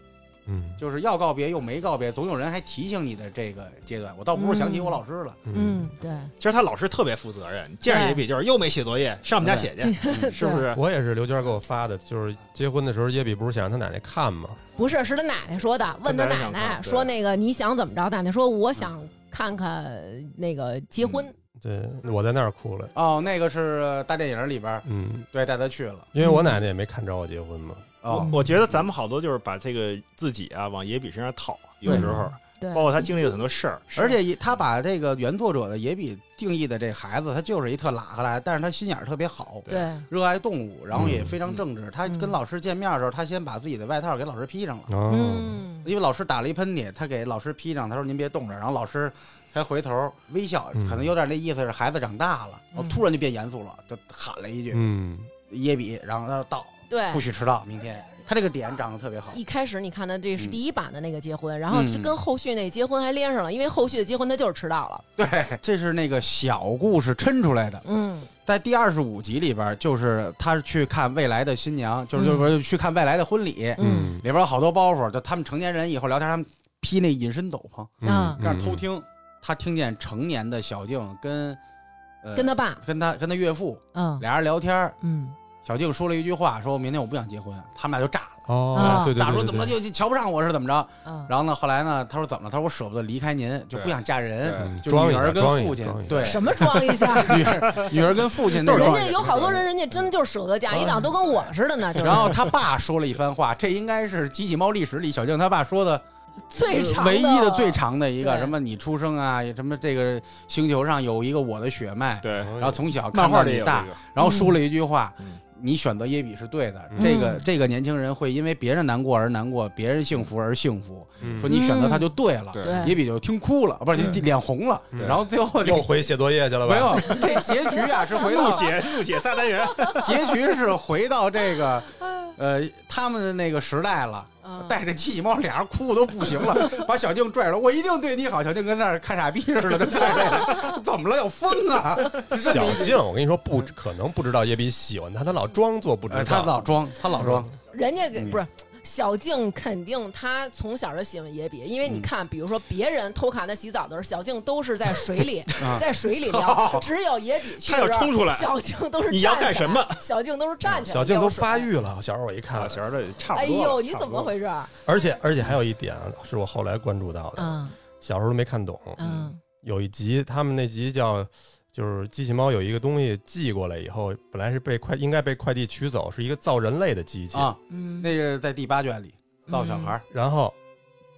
嗯就是要告别又没告别，总有人还提醒你的这个阶段。我倒不是想起我老师了，嗯，嗯，对，其实他老师特别负责任，见着对也比就是又没写作业，上我们家写去，是不对？是？我也是刘娟给我发的，就是结婚的时候，耶比不是想让他奶奶看吗？不是，是他奶奶说的，问他奶他奶奶想奶看对说那个你想怎么着？奶奶说嗯我想看看那个结婚，对，我在那儿哭了。哦，那个是大电影里边儿，嗯，对，带他去了。因为嗯我奶奶也没看着我结婚嘛。哦，我觉得咱们好多就是把这个自己啊往野比身上套，有时候对，包括他经历了很多事儿，而且也他把这个原作者的野比定义的这孩子，他就是一特拉哈来，但是他心眼儿特别好，对，热爱动物，然后也非常正直。他嗯跟老师见面的时候，他先把自己的外套给老师披上了，哦，嗯，因为老师打了一喷嚏，他给老师披上，他说您别冻着。然后老师才回头微笑，嗯可能有点那意思是孩子长大了，然后嗯突然就变严肃了，就喊了一句嗯，耶比，然后他说到，对不，许迟到，明天。他这个点长得特别好，哎一开始你看的这是嗯第一版的那个结婚，然后嗯这跟后续那结婚还连上了，因为后续的结婚他就是迟到了。对，这是那个小故事抻出来的。嗯在第二十五集里边，就是他去看未来的新娘，就是嗯就是说去看未来的婚礼，里嗯嗯边有好多包袱。就他们成年人以后聊天，他们披那隐身斗篷，嗯啊让人偷，听。他听见成年的小静跟呃跟他爸，跟他跟他岳父嗯俩人聊天，嗯小静说了一句话，说明天我不想结婚，他们俩就炸了。哦啊，对对对，咋说怎么对就就瞧不上我是怎么着？嗯，然后呢，后来呢，他说怎么了？他说我舍不得离开您，就不想嫁人，嗯就装一女下儿跟装一下父亲装一下对什么装一 下？女儿女儿跟父亲那都是人种装。家有好多人，人家真的就是舍得嫁，一档都跟我似的呢，就是嗯然后他爸说了一番话，这应该是《机器猫历史》里小静他爸说的最长唯一的最长的一个对什么你出生啊，什么这个星球上有一个我的血脉，对，然然后从小漫看画到里有你一大，个，然后说了一句话嗯。你选择耶比是对的，嗯这个这个年轻人会因为别人难过而难过，别人幸福而幸福。嗯说你选择他就对了，对对也比就听哭了，不是对脸红了，嗯然后最后这又回写作业去了吧？没有这结局啊，是回哎怒到写怒写撒旦人，结局是回到这 个呃他们的那个时代了，嗯带着机器猫俩人哭都不行了， 把小静拽着，我一定对你好，小静跟那儿看傻逼似的，就看这个，怎么了要疯啊？是这么小一静，我跟你说，不可能不知道叶比喜欢他，他老装作不知呃道。他老装，他老装，人家给嗯不是。小静肯定她从小就喜欢野比，因为你嗯看，比如说别人偷看她洗澡的时候，小静都是在水 里，在水里聊，只有野比去的时候，啊她要冲出来小静都是你要站干起来什么？小静都是站起来，小静都发。育了，小时候我一看啊，，小时候这差 哎不多了。呦，你差不怎么多了？回事？啊而且而且还有一点啊是我后来关注到的，啊小时候都没看懂。嗯有一集他们那集叫就是机器猫有一个东西寄过来以后，本来是被快应该被快递取走，是一个造人类的机器，啊，嗯，那个在第八卷里造小孩儿，然后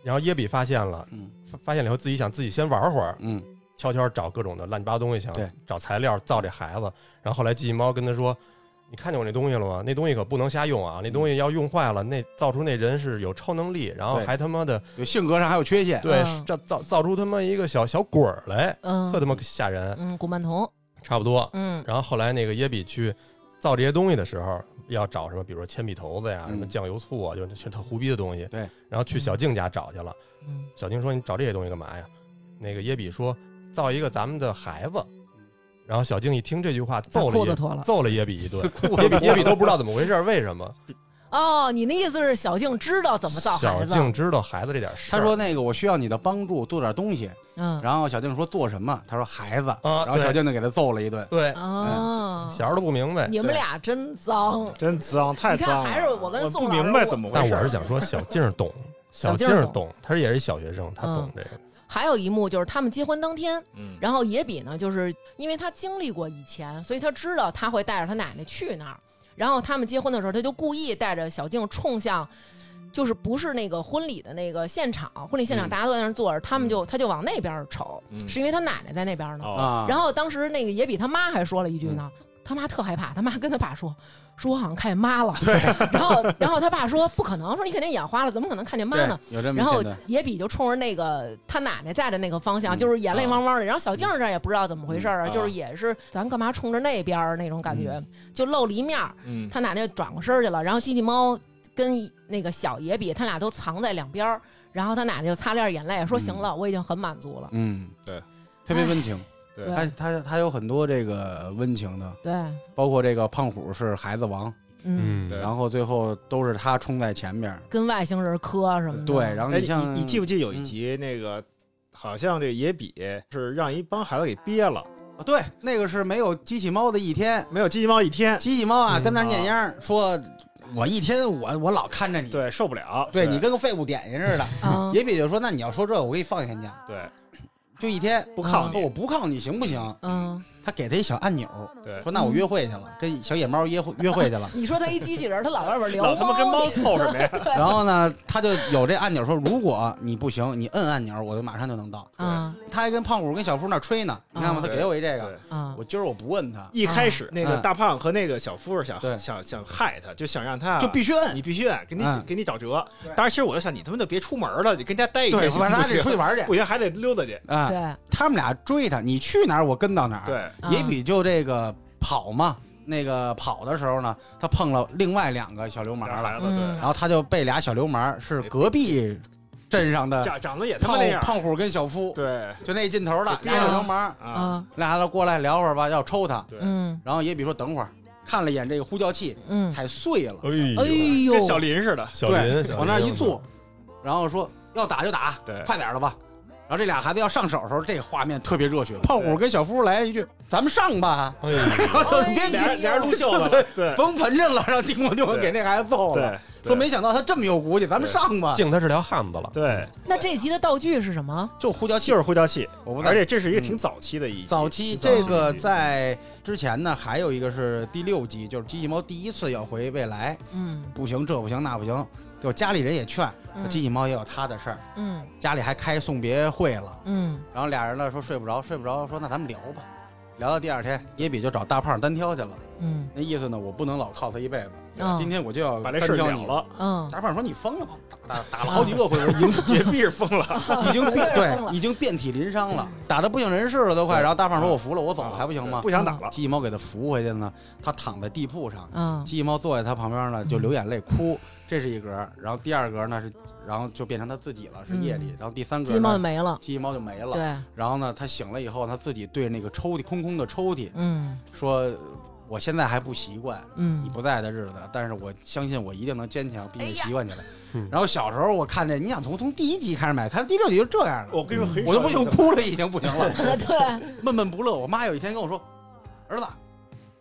然后耶比发现了，嗯发发现了以后自己想自己先玩会儿，嗯，悄悄找各种的乱七八糟东西，想对找材料造这孩子。然后后来机器猫跟他说：“你看见我那东西了吗？那东西可不能瞎用啊！那东西要用坏了，那造出那人是有超能力，然嗯后对还他妈的有性格上还有缺陷，对嗯造造造出他妈一个小小鬼儿来，特嗯他妈吓人，嗯，古曼童，差不多。嗯然后后来那个耶比去造这些东西的时候，要找什么，比如说铅笔头子呀，嗯什么酱油醋啊，就是全特胡逼的东西。对，。然后去小静家找去了。嗯小静说：“你找这些东西干嘛呀？”那个耶比说：“造一个咱们的孩子。”然后小静一听这句话，揍嗯把裤了子耶脱了揍了耶比一 顿哭耶了比耶比都不知道怎么回事，为什么？哦，你那意思是小静知道怎么造小孩子？静知道孩子这点事儿。他说：“那个我需要你的帮助，做点东西。”嗯，然后小静说：“做什么？”他说：“孩子。”啊然后对小静就给他揍了一顿。对，哎哦，小时候都不明白。你们对俩真脏。真脏，太你看脏了！还是我跟宋不老师明白我怎么回但事。我是想说，小静懂，小静静懂懂，她也是一小学生，她懂这个。还有一幕就是他们结婚当天，嗯，然后野比呢，就是因为他经历过以前，所以他知道他会带着他奶奶去那儿。然后他们结婚的时候，他就故意带着小静冲向，就是不是那个婚礼的那个现场，婚礼现场嗯大家都在那儿坐着，他们就他就往那边瞅，嗯是因为他奶奶在那边呢。哦，啊，然后当时那个野比他妈还说了一句呢，他妈特害怕，他妈跟他爸说。说我好像看见妈了，对，然后然后他爸说不可能，说你肯定眼花了，怎么可能看见妈对呢？？有这么然一后片段野比就冲着那个他奶奶在的那个方向，嗯就是眼泪啊汪汪的。然后小静儿这儿也不知道怎么回事儿嗯啊就是也是咱干嘛冲着那边儿那种感觉，就露了一面儿。嗯，他奶奶转过身儿去了，然后机器猫跟那个小野比，他俩都藏在两边儿。然后他奶奶就擦了眼泪，说：“嗯行了，我已经很满足了。嗯，对，特别温情。对哎哎他他他有很多这个温情的，对，包括这个胖虎是孩子王，嗯，对然后最后都是他冲在前面。跟外星人磕什么的。对，然后哎，你像你你记不记得有一集那嗯个，好像这个野比是让一帮孩子给憋了，啊对那个是没有机器猫的一天，没有机器猫一天，机器猫啊嗯跟那儿念秧儿说，我一天我我老看着你，对，受不了，对你跟个废物点心似的。 啊，也比就说，那你要说这，我给你放一天假，对就一天，不说靠你哦我，不靠你行不行？嗯，他给他一小按钮，对，说那我约会去了，跟小野猫约会约会去了。你说他一机器人儿，他老外边聊老他妈跟猫去凑什么呀？然后呢，他就有这按钮说，如果你不行，你摁按钮，我就马上就能到。啊他还跟胖虎跟小夫那儿吹呢，你看吗？嗯他给我一这个对，啊我今儿我不问他，一开始啊那个嗯大胖和那个小夫是想对想想害他，就想让他就必须摁你。必须啊给你嗯给你找辙。当时其实我就想，你他妈就别出门了，你跟家待一对，天我行让 不他得出去行？玩去不行还得溜达去。啊！吧？对，他们俩追他，你去哪儿我跟到哪儿，对，也啊比就这个跑嘛。那个跑的时候呢，他碰了另外两个小流氓了，来了，嗯然后他就被俩小流氓是隔壁镇上对，的长长得哎也他妈那胖样，胖虎跟小夫，对就那劲头了，就俩小流氓，啊，啊，俩了过来聊会儿吧，要抽他，对嗯然后也比说等会儿，看了一眼这个呼叫器，嗯，踩碎了，哎呦，哎呦跟，呃小林似的，小对林小林往那儿一坐，然后说要打就打，对快点儿了吧。然后这俩孩子要上手的时候，这画面特别热血。胖虎跟小夫来一句：“咱们上吧 哎！”呦，然后就 哎别俩别人俩人撸袖子了，对甭盆着了，让丁光就给那孩子揍了。对，说没想到他这么有骨气，咱们上吧。敬他是条汉子了。对，那这一集的道具是什么？就呼叫器就，是呼叫器，我不而在且这是一个挺早期的一集早期早期这个一集在之前呢，还有一个是第六集，就是机器猫第一次要回未来，嗯不行，这不行那不行，就家里人也劝，嗯机器猫也有他的事儿，嗯家里还开送别会了。嗯然后俩人呢说睡不着，睡不着，说那咱们聊吧。聊到第二天，野比就找大胖单挑去了。嗯那意思呢，我不能老靠他一辈子，嗯今天我就要把这事单儿挑了你。了，嗯，大胖说：“你疯了吧？打打打了好几个回合，已经绝壁是疯了， 已经有点遍疯了对， 已经遍体鳞伤了，嗯打得不省人事了都快。对然后大胖说：‘我服了，我走了，啊还不行吗嗯不想打了？’机器猫给他扶回去呢，他躺在地铺上，嗯机器猫坐在他旁边呢，就流眼泪哭，这是一格。然后第二格呢是，然后就变成他自己了，是夜里。然后第三嗯鸡格毛就呢，没了，机器猫就没了。对，然后呢，他醒了以后，他自己对那个抽屉空空的抽 屉嗯说：“我现在还不习惯你嗯不在的日子，但是我相信我一定能坚强，并且习惯起来。嗯然后小时候我看这，你想从从第一集开始买，看第六集就这样了，我跟你说，很我都不少有行，哭了已经不行了， 对，闷闷不乐。我妈有一天跟我说：“儿子，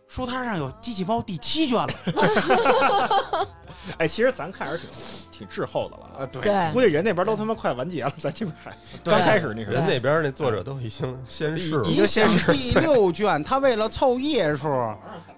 书摊上有《机器猫》第七卷了。哎，其实咱看还是挺挺滞后的了”啊啊，。对对估计人那边都他妈快完结了，咱这边还对刚开始那时候人那边那作者都 已经先试了已，你想第六卷，他为了凑页数，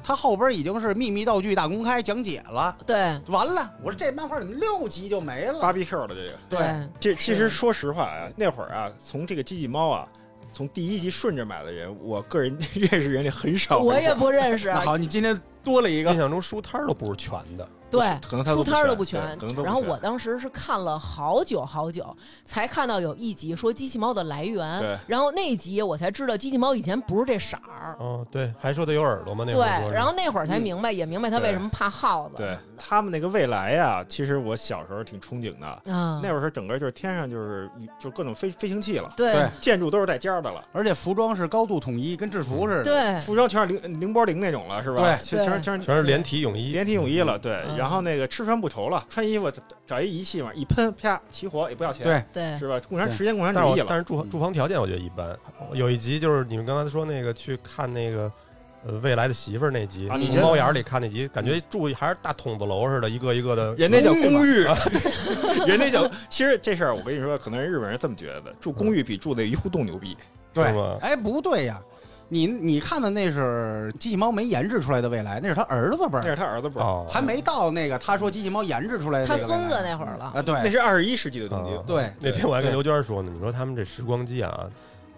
他后边已经是秘密道具大公开讲解了。对完了，我说这漫画怎么六集就没了？芭比 Q 了这个。对对，这其实说实话啊，那会儿啊，从这个机器猫啊，从第一集顺着买的人，我个人 认识人里很少。我也不认识那，好，你今天多了一印个，象中书摊儿都不是全的，对，可能他书摊儿都都不全可能都。不然后全我当时是看了好久好久，才看到有一集说机器猫的来对源，然后那一集我才知道机器猫以前不是这色儿。哦，对，还说他有耳朵吗？那对会儿说，是然后那会儿才明白，也明白他对为什么怕耗子。对他们那个未来呀、其实我小时候挺憧憬的。嗯，那会儿是整个就是天上就是就各种飞飞行器了，对对建筑都是带尖儿的了，而且服装是高度统一，跟制嗯服似的。对服装全是零零波零那种了，是吧？对全全是全是全是连体泳衣，连体泳衣了，对。嗯然后那个吃穿不愁了，穿衣服找一仪器往上一喷，啪起火也不要钱，对对，是吧？共产对时间共产但是主我义了，但是住嗯住房条件我觉得一般。有一集就是你们刚才说那个去看那个呃未来的媳妇儿那集，啊你从这猫眼儿里看那集，感觉住还是大筒子楼似的，一个一个的。人那叫公寓寓，啊 人那叫。其实这事儿我跟你说，可能日本人这么觉得的，住公寓比住那一户栋牛 逼。是吗对，哎，不对呀，你你看的那是机器猫没研制出来的未来，那是他儿子辈那儿，是他儿子辈儿，哦，还没到那个他说机器猫研制出来的他这个未来孙子那会儿了。啊，那对是二十一世纪的东西 啊。对那天我还对跟刘娟说呢，你说他们这时光机啊，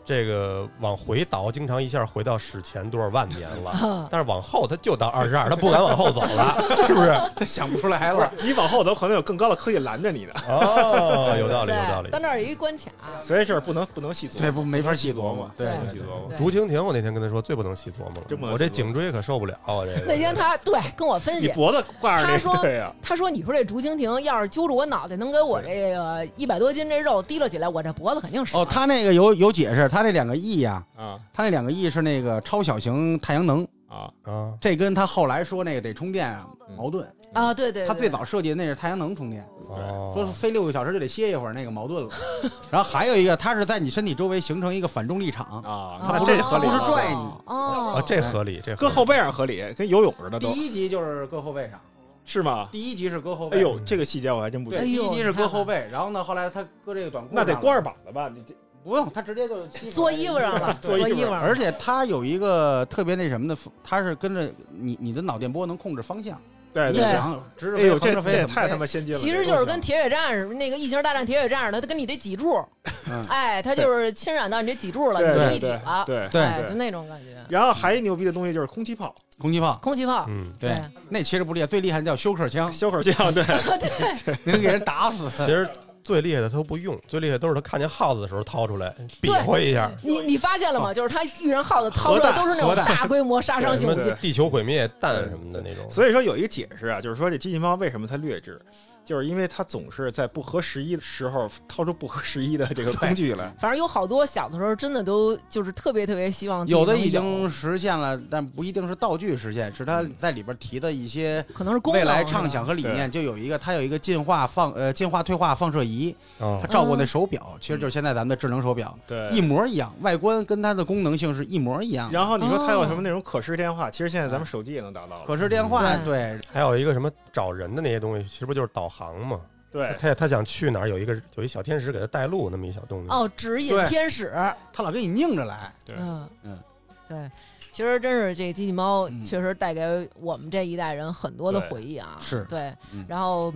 这个往回倒，经常一下回到史前多少万年了，但是往后他就到二十二，他不敢往后走了，是不是？他想不出来不是了。你往后走，可能有更高的科技拦着 你的，哦，有道理，对有道，理到。那儿有一关卡。所以这事儿不能不能细琢对，磨，不没法细琢磨。不对能对细琢磨。对竹蜻蜓，我那天跟他说最不能细琢磨真不了，能我这细琢颈磨椎可受不了啊。这个 那天他对跟我分你析，脖子挂着他那说个， 对呀，他说：“你说这竹蜻蜓要是揪住我脑袋，能给我这个一百多斤这肉提溜起来，我这脖子肯定折。”哦，他那个有有解释，他那两个亿呀、啊他那两个 E 亿是那个超小型太阳能，啊，啊，这跟他后来说那个得充电啊嗯矛盾。啊，对对，对他最早设计的那是太阳能充电，哦说是飞六个小时就得歇一会儿，那个矛盾了。然后还有一个，它是在你身体周围形成一个反重力场，啊，哦那这合理不了，是拽你哦啊，，这合理，这合理搁后背上合理，跟游泳似的第都，一集就是搁后背上，是吗？第一集是搁后哎背。呦，这个细节我还真不对，懂哎，第呦一集你是看搁后背，然后呢，后来他搁这个短裤，那得光，着膀子吧？你这不用，他直接就吸做衣服上。了，做衣衣服上上了，而且他有一个特别那什么的，他是跟着你你的脑电波能控制方向，对你对，对想直着哎飞呦，横这着这飞，也怎么太飞他妈先进了，其实就是跟铁血战士那个《异形大战铁血战士》的，他跟你这脊柱，嗯哎，他就是侵染到你这脊柱了，对你对就一体对了，对对哎，就那种感觉。然后还一牛逼的东西就是空气炮、空气炮。空气炮，嗯，对，啊 那其实不厉害，最厉害的叫休克枪，消口酱，对，对，能给人打死。其实最厉害的他都不用，最厉害都是他看见耗子的时候掏出来比划一下。你你发现了吗？就是他遇人耗子掏出来都是那种核弹大规模杀伤性武对器对，地球毁灭弹什么的那种，所以说有一个解释啊，就是说这机器猫为什么它劣质，就是因为它总是在不合时宜的时候掏出不合时宜的这个工具来。反正有好多小的时候真的都就是特别特别希望自己有的能已经实现了，但不一定是道具实现，是他在里边提的一些可能是嗯功能未来畅想和理念，就有一个，它有一个进化放呃进化退化放射仪，嗯它照顾那手表，嗯其实就是现在咱们的智能手表，对一模一样，外观跟它的功能性是一模一样的。然后你说它有哦什么那种可视电话，其实现在咱们手机也能达到了。可视电话嗯对，还有一个什么找人的那些东西，其实不就是导航吗？对，他他想去哪儿，有一个有一小天使给他带路，那么一小动作。哦，指引对天使，它老给你拧着来，对嗯嗯对，其实真是这机器猫嗯确实带给我们这一代人很多的对回忆啊，是对嗯，然后。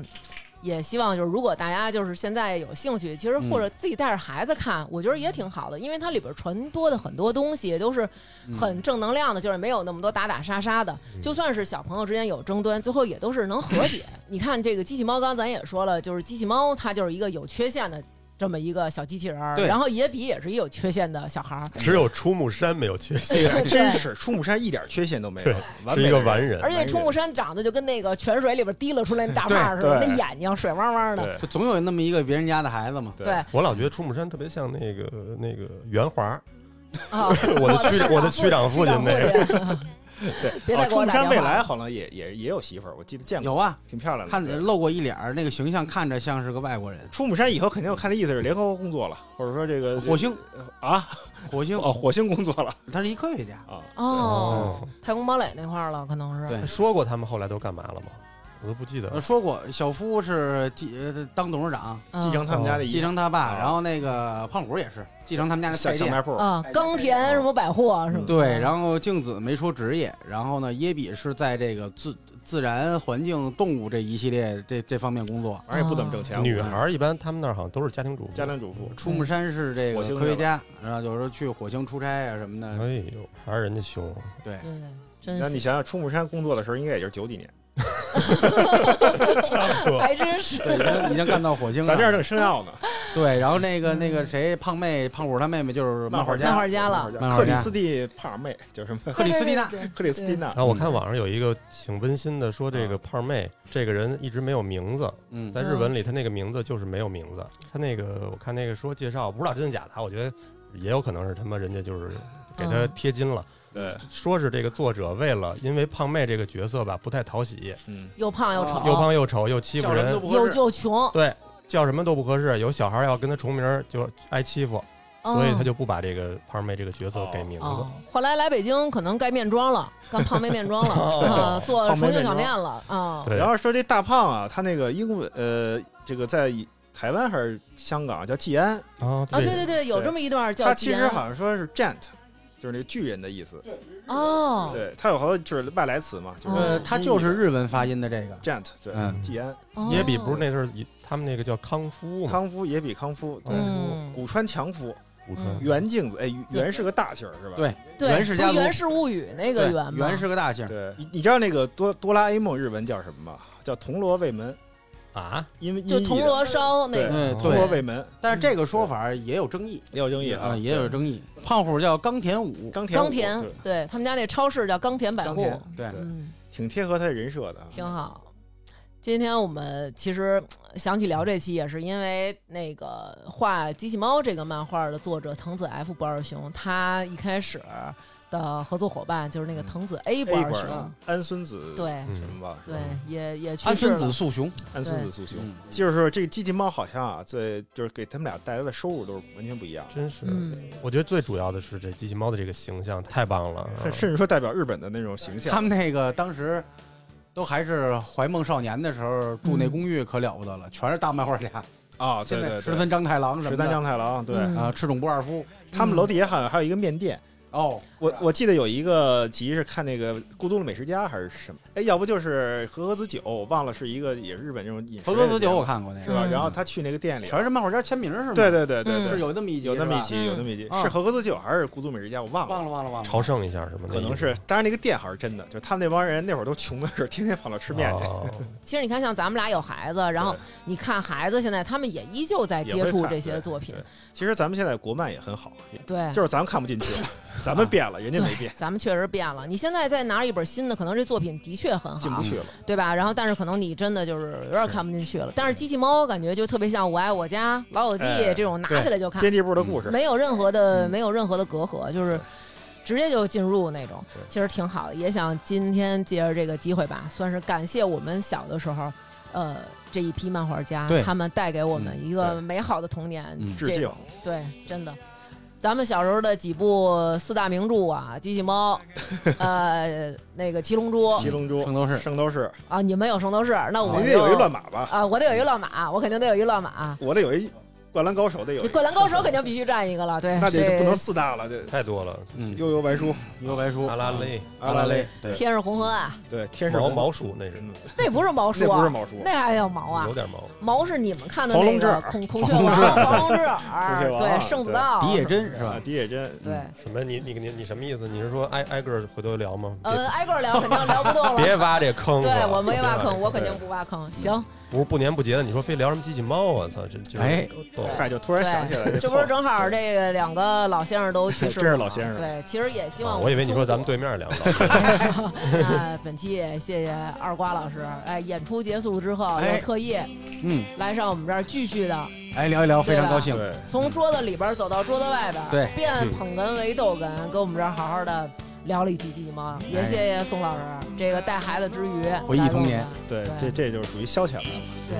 也希望就是，如果大家就是现在有兴趣，其实嗯或者自己带着孩子看，我觉得也挺好的，因为它里边传播的很多东西都是嗯很正能量的，就是没有那么多打打杀杀的。嗯就算是小朋友之间有争端，最后也都是能和 解。你看这个机器猫，刚才咱也说了，就是机器猫它就是一个有缺陷的这么一个小机器人儿，对然后野比也是一有缺陷的小孩儿，只有出木山没有缺陷，这个还 真对是出木山一点缺陷都没有对，完是美一的个完人。而且出木完山长得就跟那个泉水里边滴了出来那大胖似的，对那对眼睛水汪汪的。人，就总有那么一个别人家的孩子嘛。对对对我老觉得出木山特别像那个那个袁华，啊，我的区 我的区长父亲那个。 个，对。别哦再给出我木打电山话未来好像也也也有媳妇儿，我记得嗯见过，有啊，挺漂亮的。看对露过一脸儿，那个形象看着像是个外国人。出木山以后，肯定我看那意思是联合国工作了，或者说这嗯个火星，啊，火星，哦，火星工作了他是一科学家，啊。哦，，太空堡垒那块儿了，可能是。对说过他们后来都干嘛了吗？我都不记得呃了。说过小夫是继呃当董事长，嗯继承他们家的继遗承他爸，哦然后那个胖虎也是继承他们家的小菜小店。卖部，啊，冈田什么百货是吗？对，然后静子没说职业，然后呢，耶比是在这个自自然环境、动物这一系列这这方面工作。反正也不怎么挣钱。女孩儿一般他们那儿好像都是家庭主妇。家庭主妇，出木山是这个火星嗯科学家，然后有时候去火星出差啊什么的。哎呦，还是人家凶。对，嗯对，真那你是想想，出木山工作的时候，应该也就是九几年， 还真是。对，已经已经干到火星了。咱这儿正深 奥呢。对，然后那个那个谁，胖妹胖虎他妹妹就是漫画漫家画家了漫漫画家克里斯蒂胖妹叫什么？克里斯蒂娜对，对对克里斯蒂娜然，后我看网上有一个挺温馨的，说这个胖妹这个人一直没有名字，嗯，在日文里她那个名字就是没有名字。她那个我看那个说介绍，不知道真的假的啊，我觉得也有可能是他妈人家就是给她嗯贴金了，对，说是这个作者为了因为胖妹这个角色吧不太讨喜，嗯，又胖又丑，又胖又丑又欺负叫什么人都，不又合适。又穷，对，叫什么都不合适，有小孩要跟她重名儿就挨欺负，所以他就不把这个胖妹这个角色给名哦。字。哦，后来来北京，可能盖面庄了，干胖妹面庄了，啊，做胖重妹庆面小庄面了，啊，对然后说这大胖啊，他那个英文呃，这个在台湾还是香港叫季安，啊，啊，对对对，有对这么一段叫他其实吉安好像说是 giant，就是那个巨人的意思。哦，对，他有好多就是外来词嘛，就是呃，他就是日文发音的这个， giant，对嗯，季安，哦野比不是那阵儿他们那个叫康夫嘛，康夫也比康夫，对，嗯，古川强夫，武川嗯袁镜子，哎，袁是个大姓儿是吧？对对，源氏家不族是源氏物语那个对源吗？原是个大姓，对，你你知道那个哆哆啦 A 梦日文叫什么吗？叫铜锣卫门，啊，因为就铜锣烧那个，嗯，对铜锣对。卫门但是这个说法也有争议，也有争议啊，啊，也有对争议。胖虎叫冈田武，冈田冈武田对，对他们家那超市叫冈田百冈货田，对对嗯，挺贴合他的人设的，挺。好。今天我们其实呃想起聊这期，也是因为那个画《机器猫》这个漫画的作者藤子 F 不二雄，他一开始的合作伙伴就是那个藤子 A 不 A 二本雄儿，啊安孙子对嗯什么吧？对，也也去安世孙子了。素雄，安孙子素雄。嗯，就是说，这个机器猫好像啊，在就是给他们俩带来的收入都是完全不一样的，真是。嗯，我觉得最主要的是这机器猫的这个形象太棒了，嗯甚甚至说代表日本的那种形象他。们那个当时都还是怀梦少年的时候住那公寓可了不得了，全是大漫画家。啊，对现在对十对，三张太郎什么十的三张太郎，对嗯啊，赤冢不二夫，他们楼底下好像还有一个面店，哦，我我记得有一个集是看那个《孤独的美食家》还是什么，哎，要不就是和和子酒，我忘了是一个也是日本这种饮食。和歌子酒我看过那是个，吧？嗯然后他去那个店里，全是漫画家签名是吗？对对对对嗯对是，有那么一集有那么一是吧嗯集，有那么一集是和和子酒还是《孤独美食家》，我忘了。忘了忘了忘了，朝圣一下什么的，可能是，当然那个店还是真的，就他们那帮人那会儿都穷的时候，天天跑那吃面去。哦其实你看，像咱们俩有孩子，然后你看孩子现在，他们也依旧在也接会触看这些对作品嗯对，其实咱们现在国漫也很好，对，就是咱们看不进去了，咱们变了，人家没变，咱们确实变了。你现在再拿一本新的，可能这作品的确很进好不，去了。对吧？然后，但是可能你真的就是有点是看不进去了。但是机器猫感觉就特别像《我爱我家》《老友记》哎这种拿对起来就看，编辑部的故事，嗯 没有任何的、嗯没有任何的隔阂，就是对直接就进入那种对，其实挺好的。也想今天借着这个机会吧，算是感谢我们小的时候，呃，这一批漫画家对，他们带给我们一个嗯对美好的童年。嗯致这敬种。对，真的。咱们小时候的几部四大名著啊，《机器 猫》，呃，那个《七龙珠七》龙珠圣、斗士圣斗士，啊，你们有《圣斗士》，那我人就家有一乱码吧，啊，我得有一乱马，我肯定得有一乱马。我这有一灌篮高手得有一你《灌篮高手》肯定必须占一个了，对，那得这不能四大了，这太多了。嗯，悠悠白书、幽游白书阿拉蕾、阿拉蕾，对，天是红河岸，对，天使毛红毛鼠那是嗯那不是毛叔 那啊，不是毛叔，那还叫毛啊有？点毛，毛是你们看的黄那龙之个耳孔孔雀王、黄龙之耳， 孔雀王对，对圣子道，狄野真是啊吧？狄野真，对。什么？你你你你什么意思？你是说挨挨个儿回头聊吗？别呃，挨个儿聊肯定聊不动了。别挖这坑了，对我没挖别坑，我肯对定不挖坑。行，不是不年不节的，你说非聊什么机器猫，我操，这这哎逗嗨，就突然想起来，这不是正好这个两个老先生都去 世了吗，真是老先生对，其实也希望啊们我以为你说咱们中对面聊呢，国。那本期也谢谢二瓜老师，哎，演出结束之后哎又特意嗯，来上我们这儿继续的，哎，聊一聊，非常高兴。对，从桌子里边走到桌子外边，对变嗯捧哏为逗哏，跟我们这儿好好的。聊了一期鸡鸡猫，也哎谢谢宋老师，这个带孩子之余回忆来跟童我年们对对，这这就是属于消遣了。对，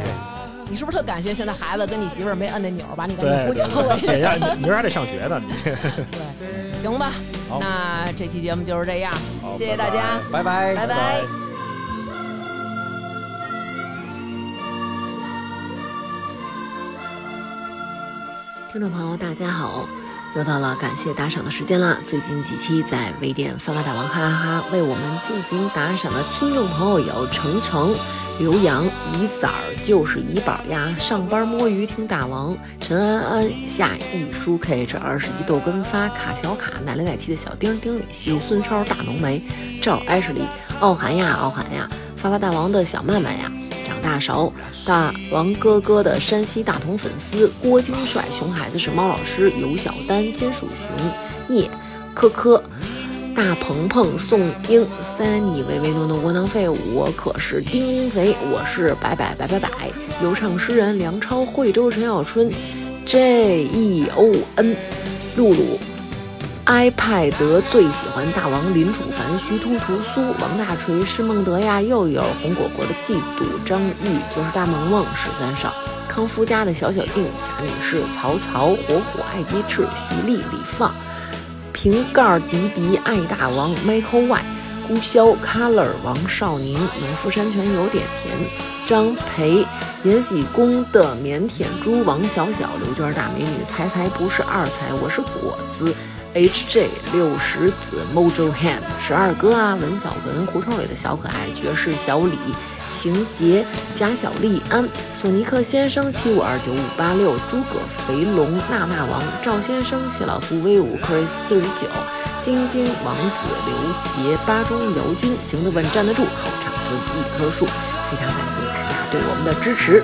你是不是特感谢现在孩子跟你媳妇儿没摁那钮儿，把你赶紧对呼叫回去？解压，你明儿还得上学呢，你。对，行吧好，那这期节目就是这样，好谢谢大拜拜家，拜拜拜拜拜听众朋友，大家好，又到了感谢打赏的时间啦！最近几期在微店发发大王哈哈哈为我们进行打赏的听众朋友有程程、刘洋、怡崽儿就是怡宝呀，上班摸鱼听大王、陈安安、夏一舒 K 这二十一豆根发卡小卡奶里奶气的小丁丁禹兮孙超大浓眉赵艾什里傲寒呀傲寒呀发发大王的小曼曼呀长大勺大王哥哥的山西大同粉丝郭京帅、熊孩子是猫老师、尤小丹、金属熊、聂、科科、大鹏鹏、宋英、Sunny、唯唯诺诺、窝囊废，我可是丁丁肥，我是百百百百百，有唱诗人梁超、惠州陈小春、J E O N、露露。iPad 最喜欢大王林楚凡、徐突屠苏、王大锤、施梦德呀，又有红果果的嫉妒、张玉就是大萌萌、十三少、康夫家的小小静、贾女士、曹操、火火、爱鸡翅、徐丽、李放、瓶盖儿迪迪、爱大王、Michael Y、孤骁、Color、王少宁、农夫山泉有点甜、张培、延禧宫的腼腆猪、王小小、刘娟大美女、才才不是二才，我是果子。HJ 六十子 Mojo Hand 十二哥啊，文小文胡同里的小可爱，爵士小李，邢杰，贾小丽安，索尼克先生七五二九五八六，诸葛肥龙，娜娜王，赵先生，谢老夫威武，Chris 四十九，晶晶，王子，刘杰，巴中，姚军，行得稳，站得住，后场村一棵树，非常感谢大家对我们的支持，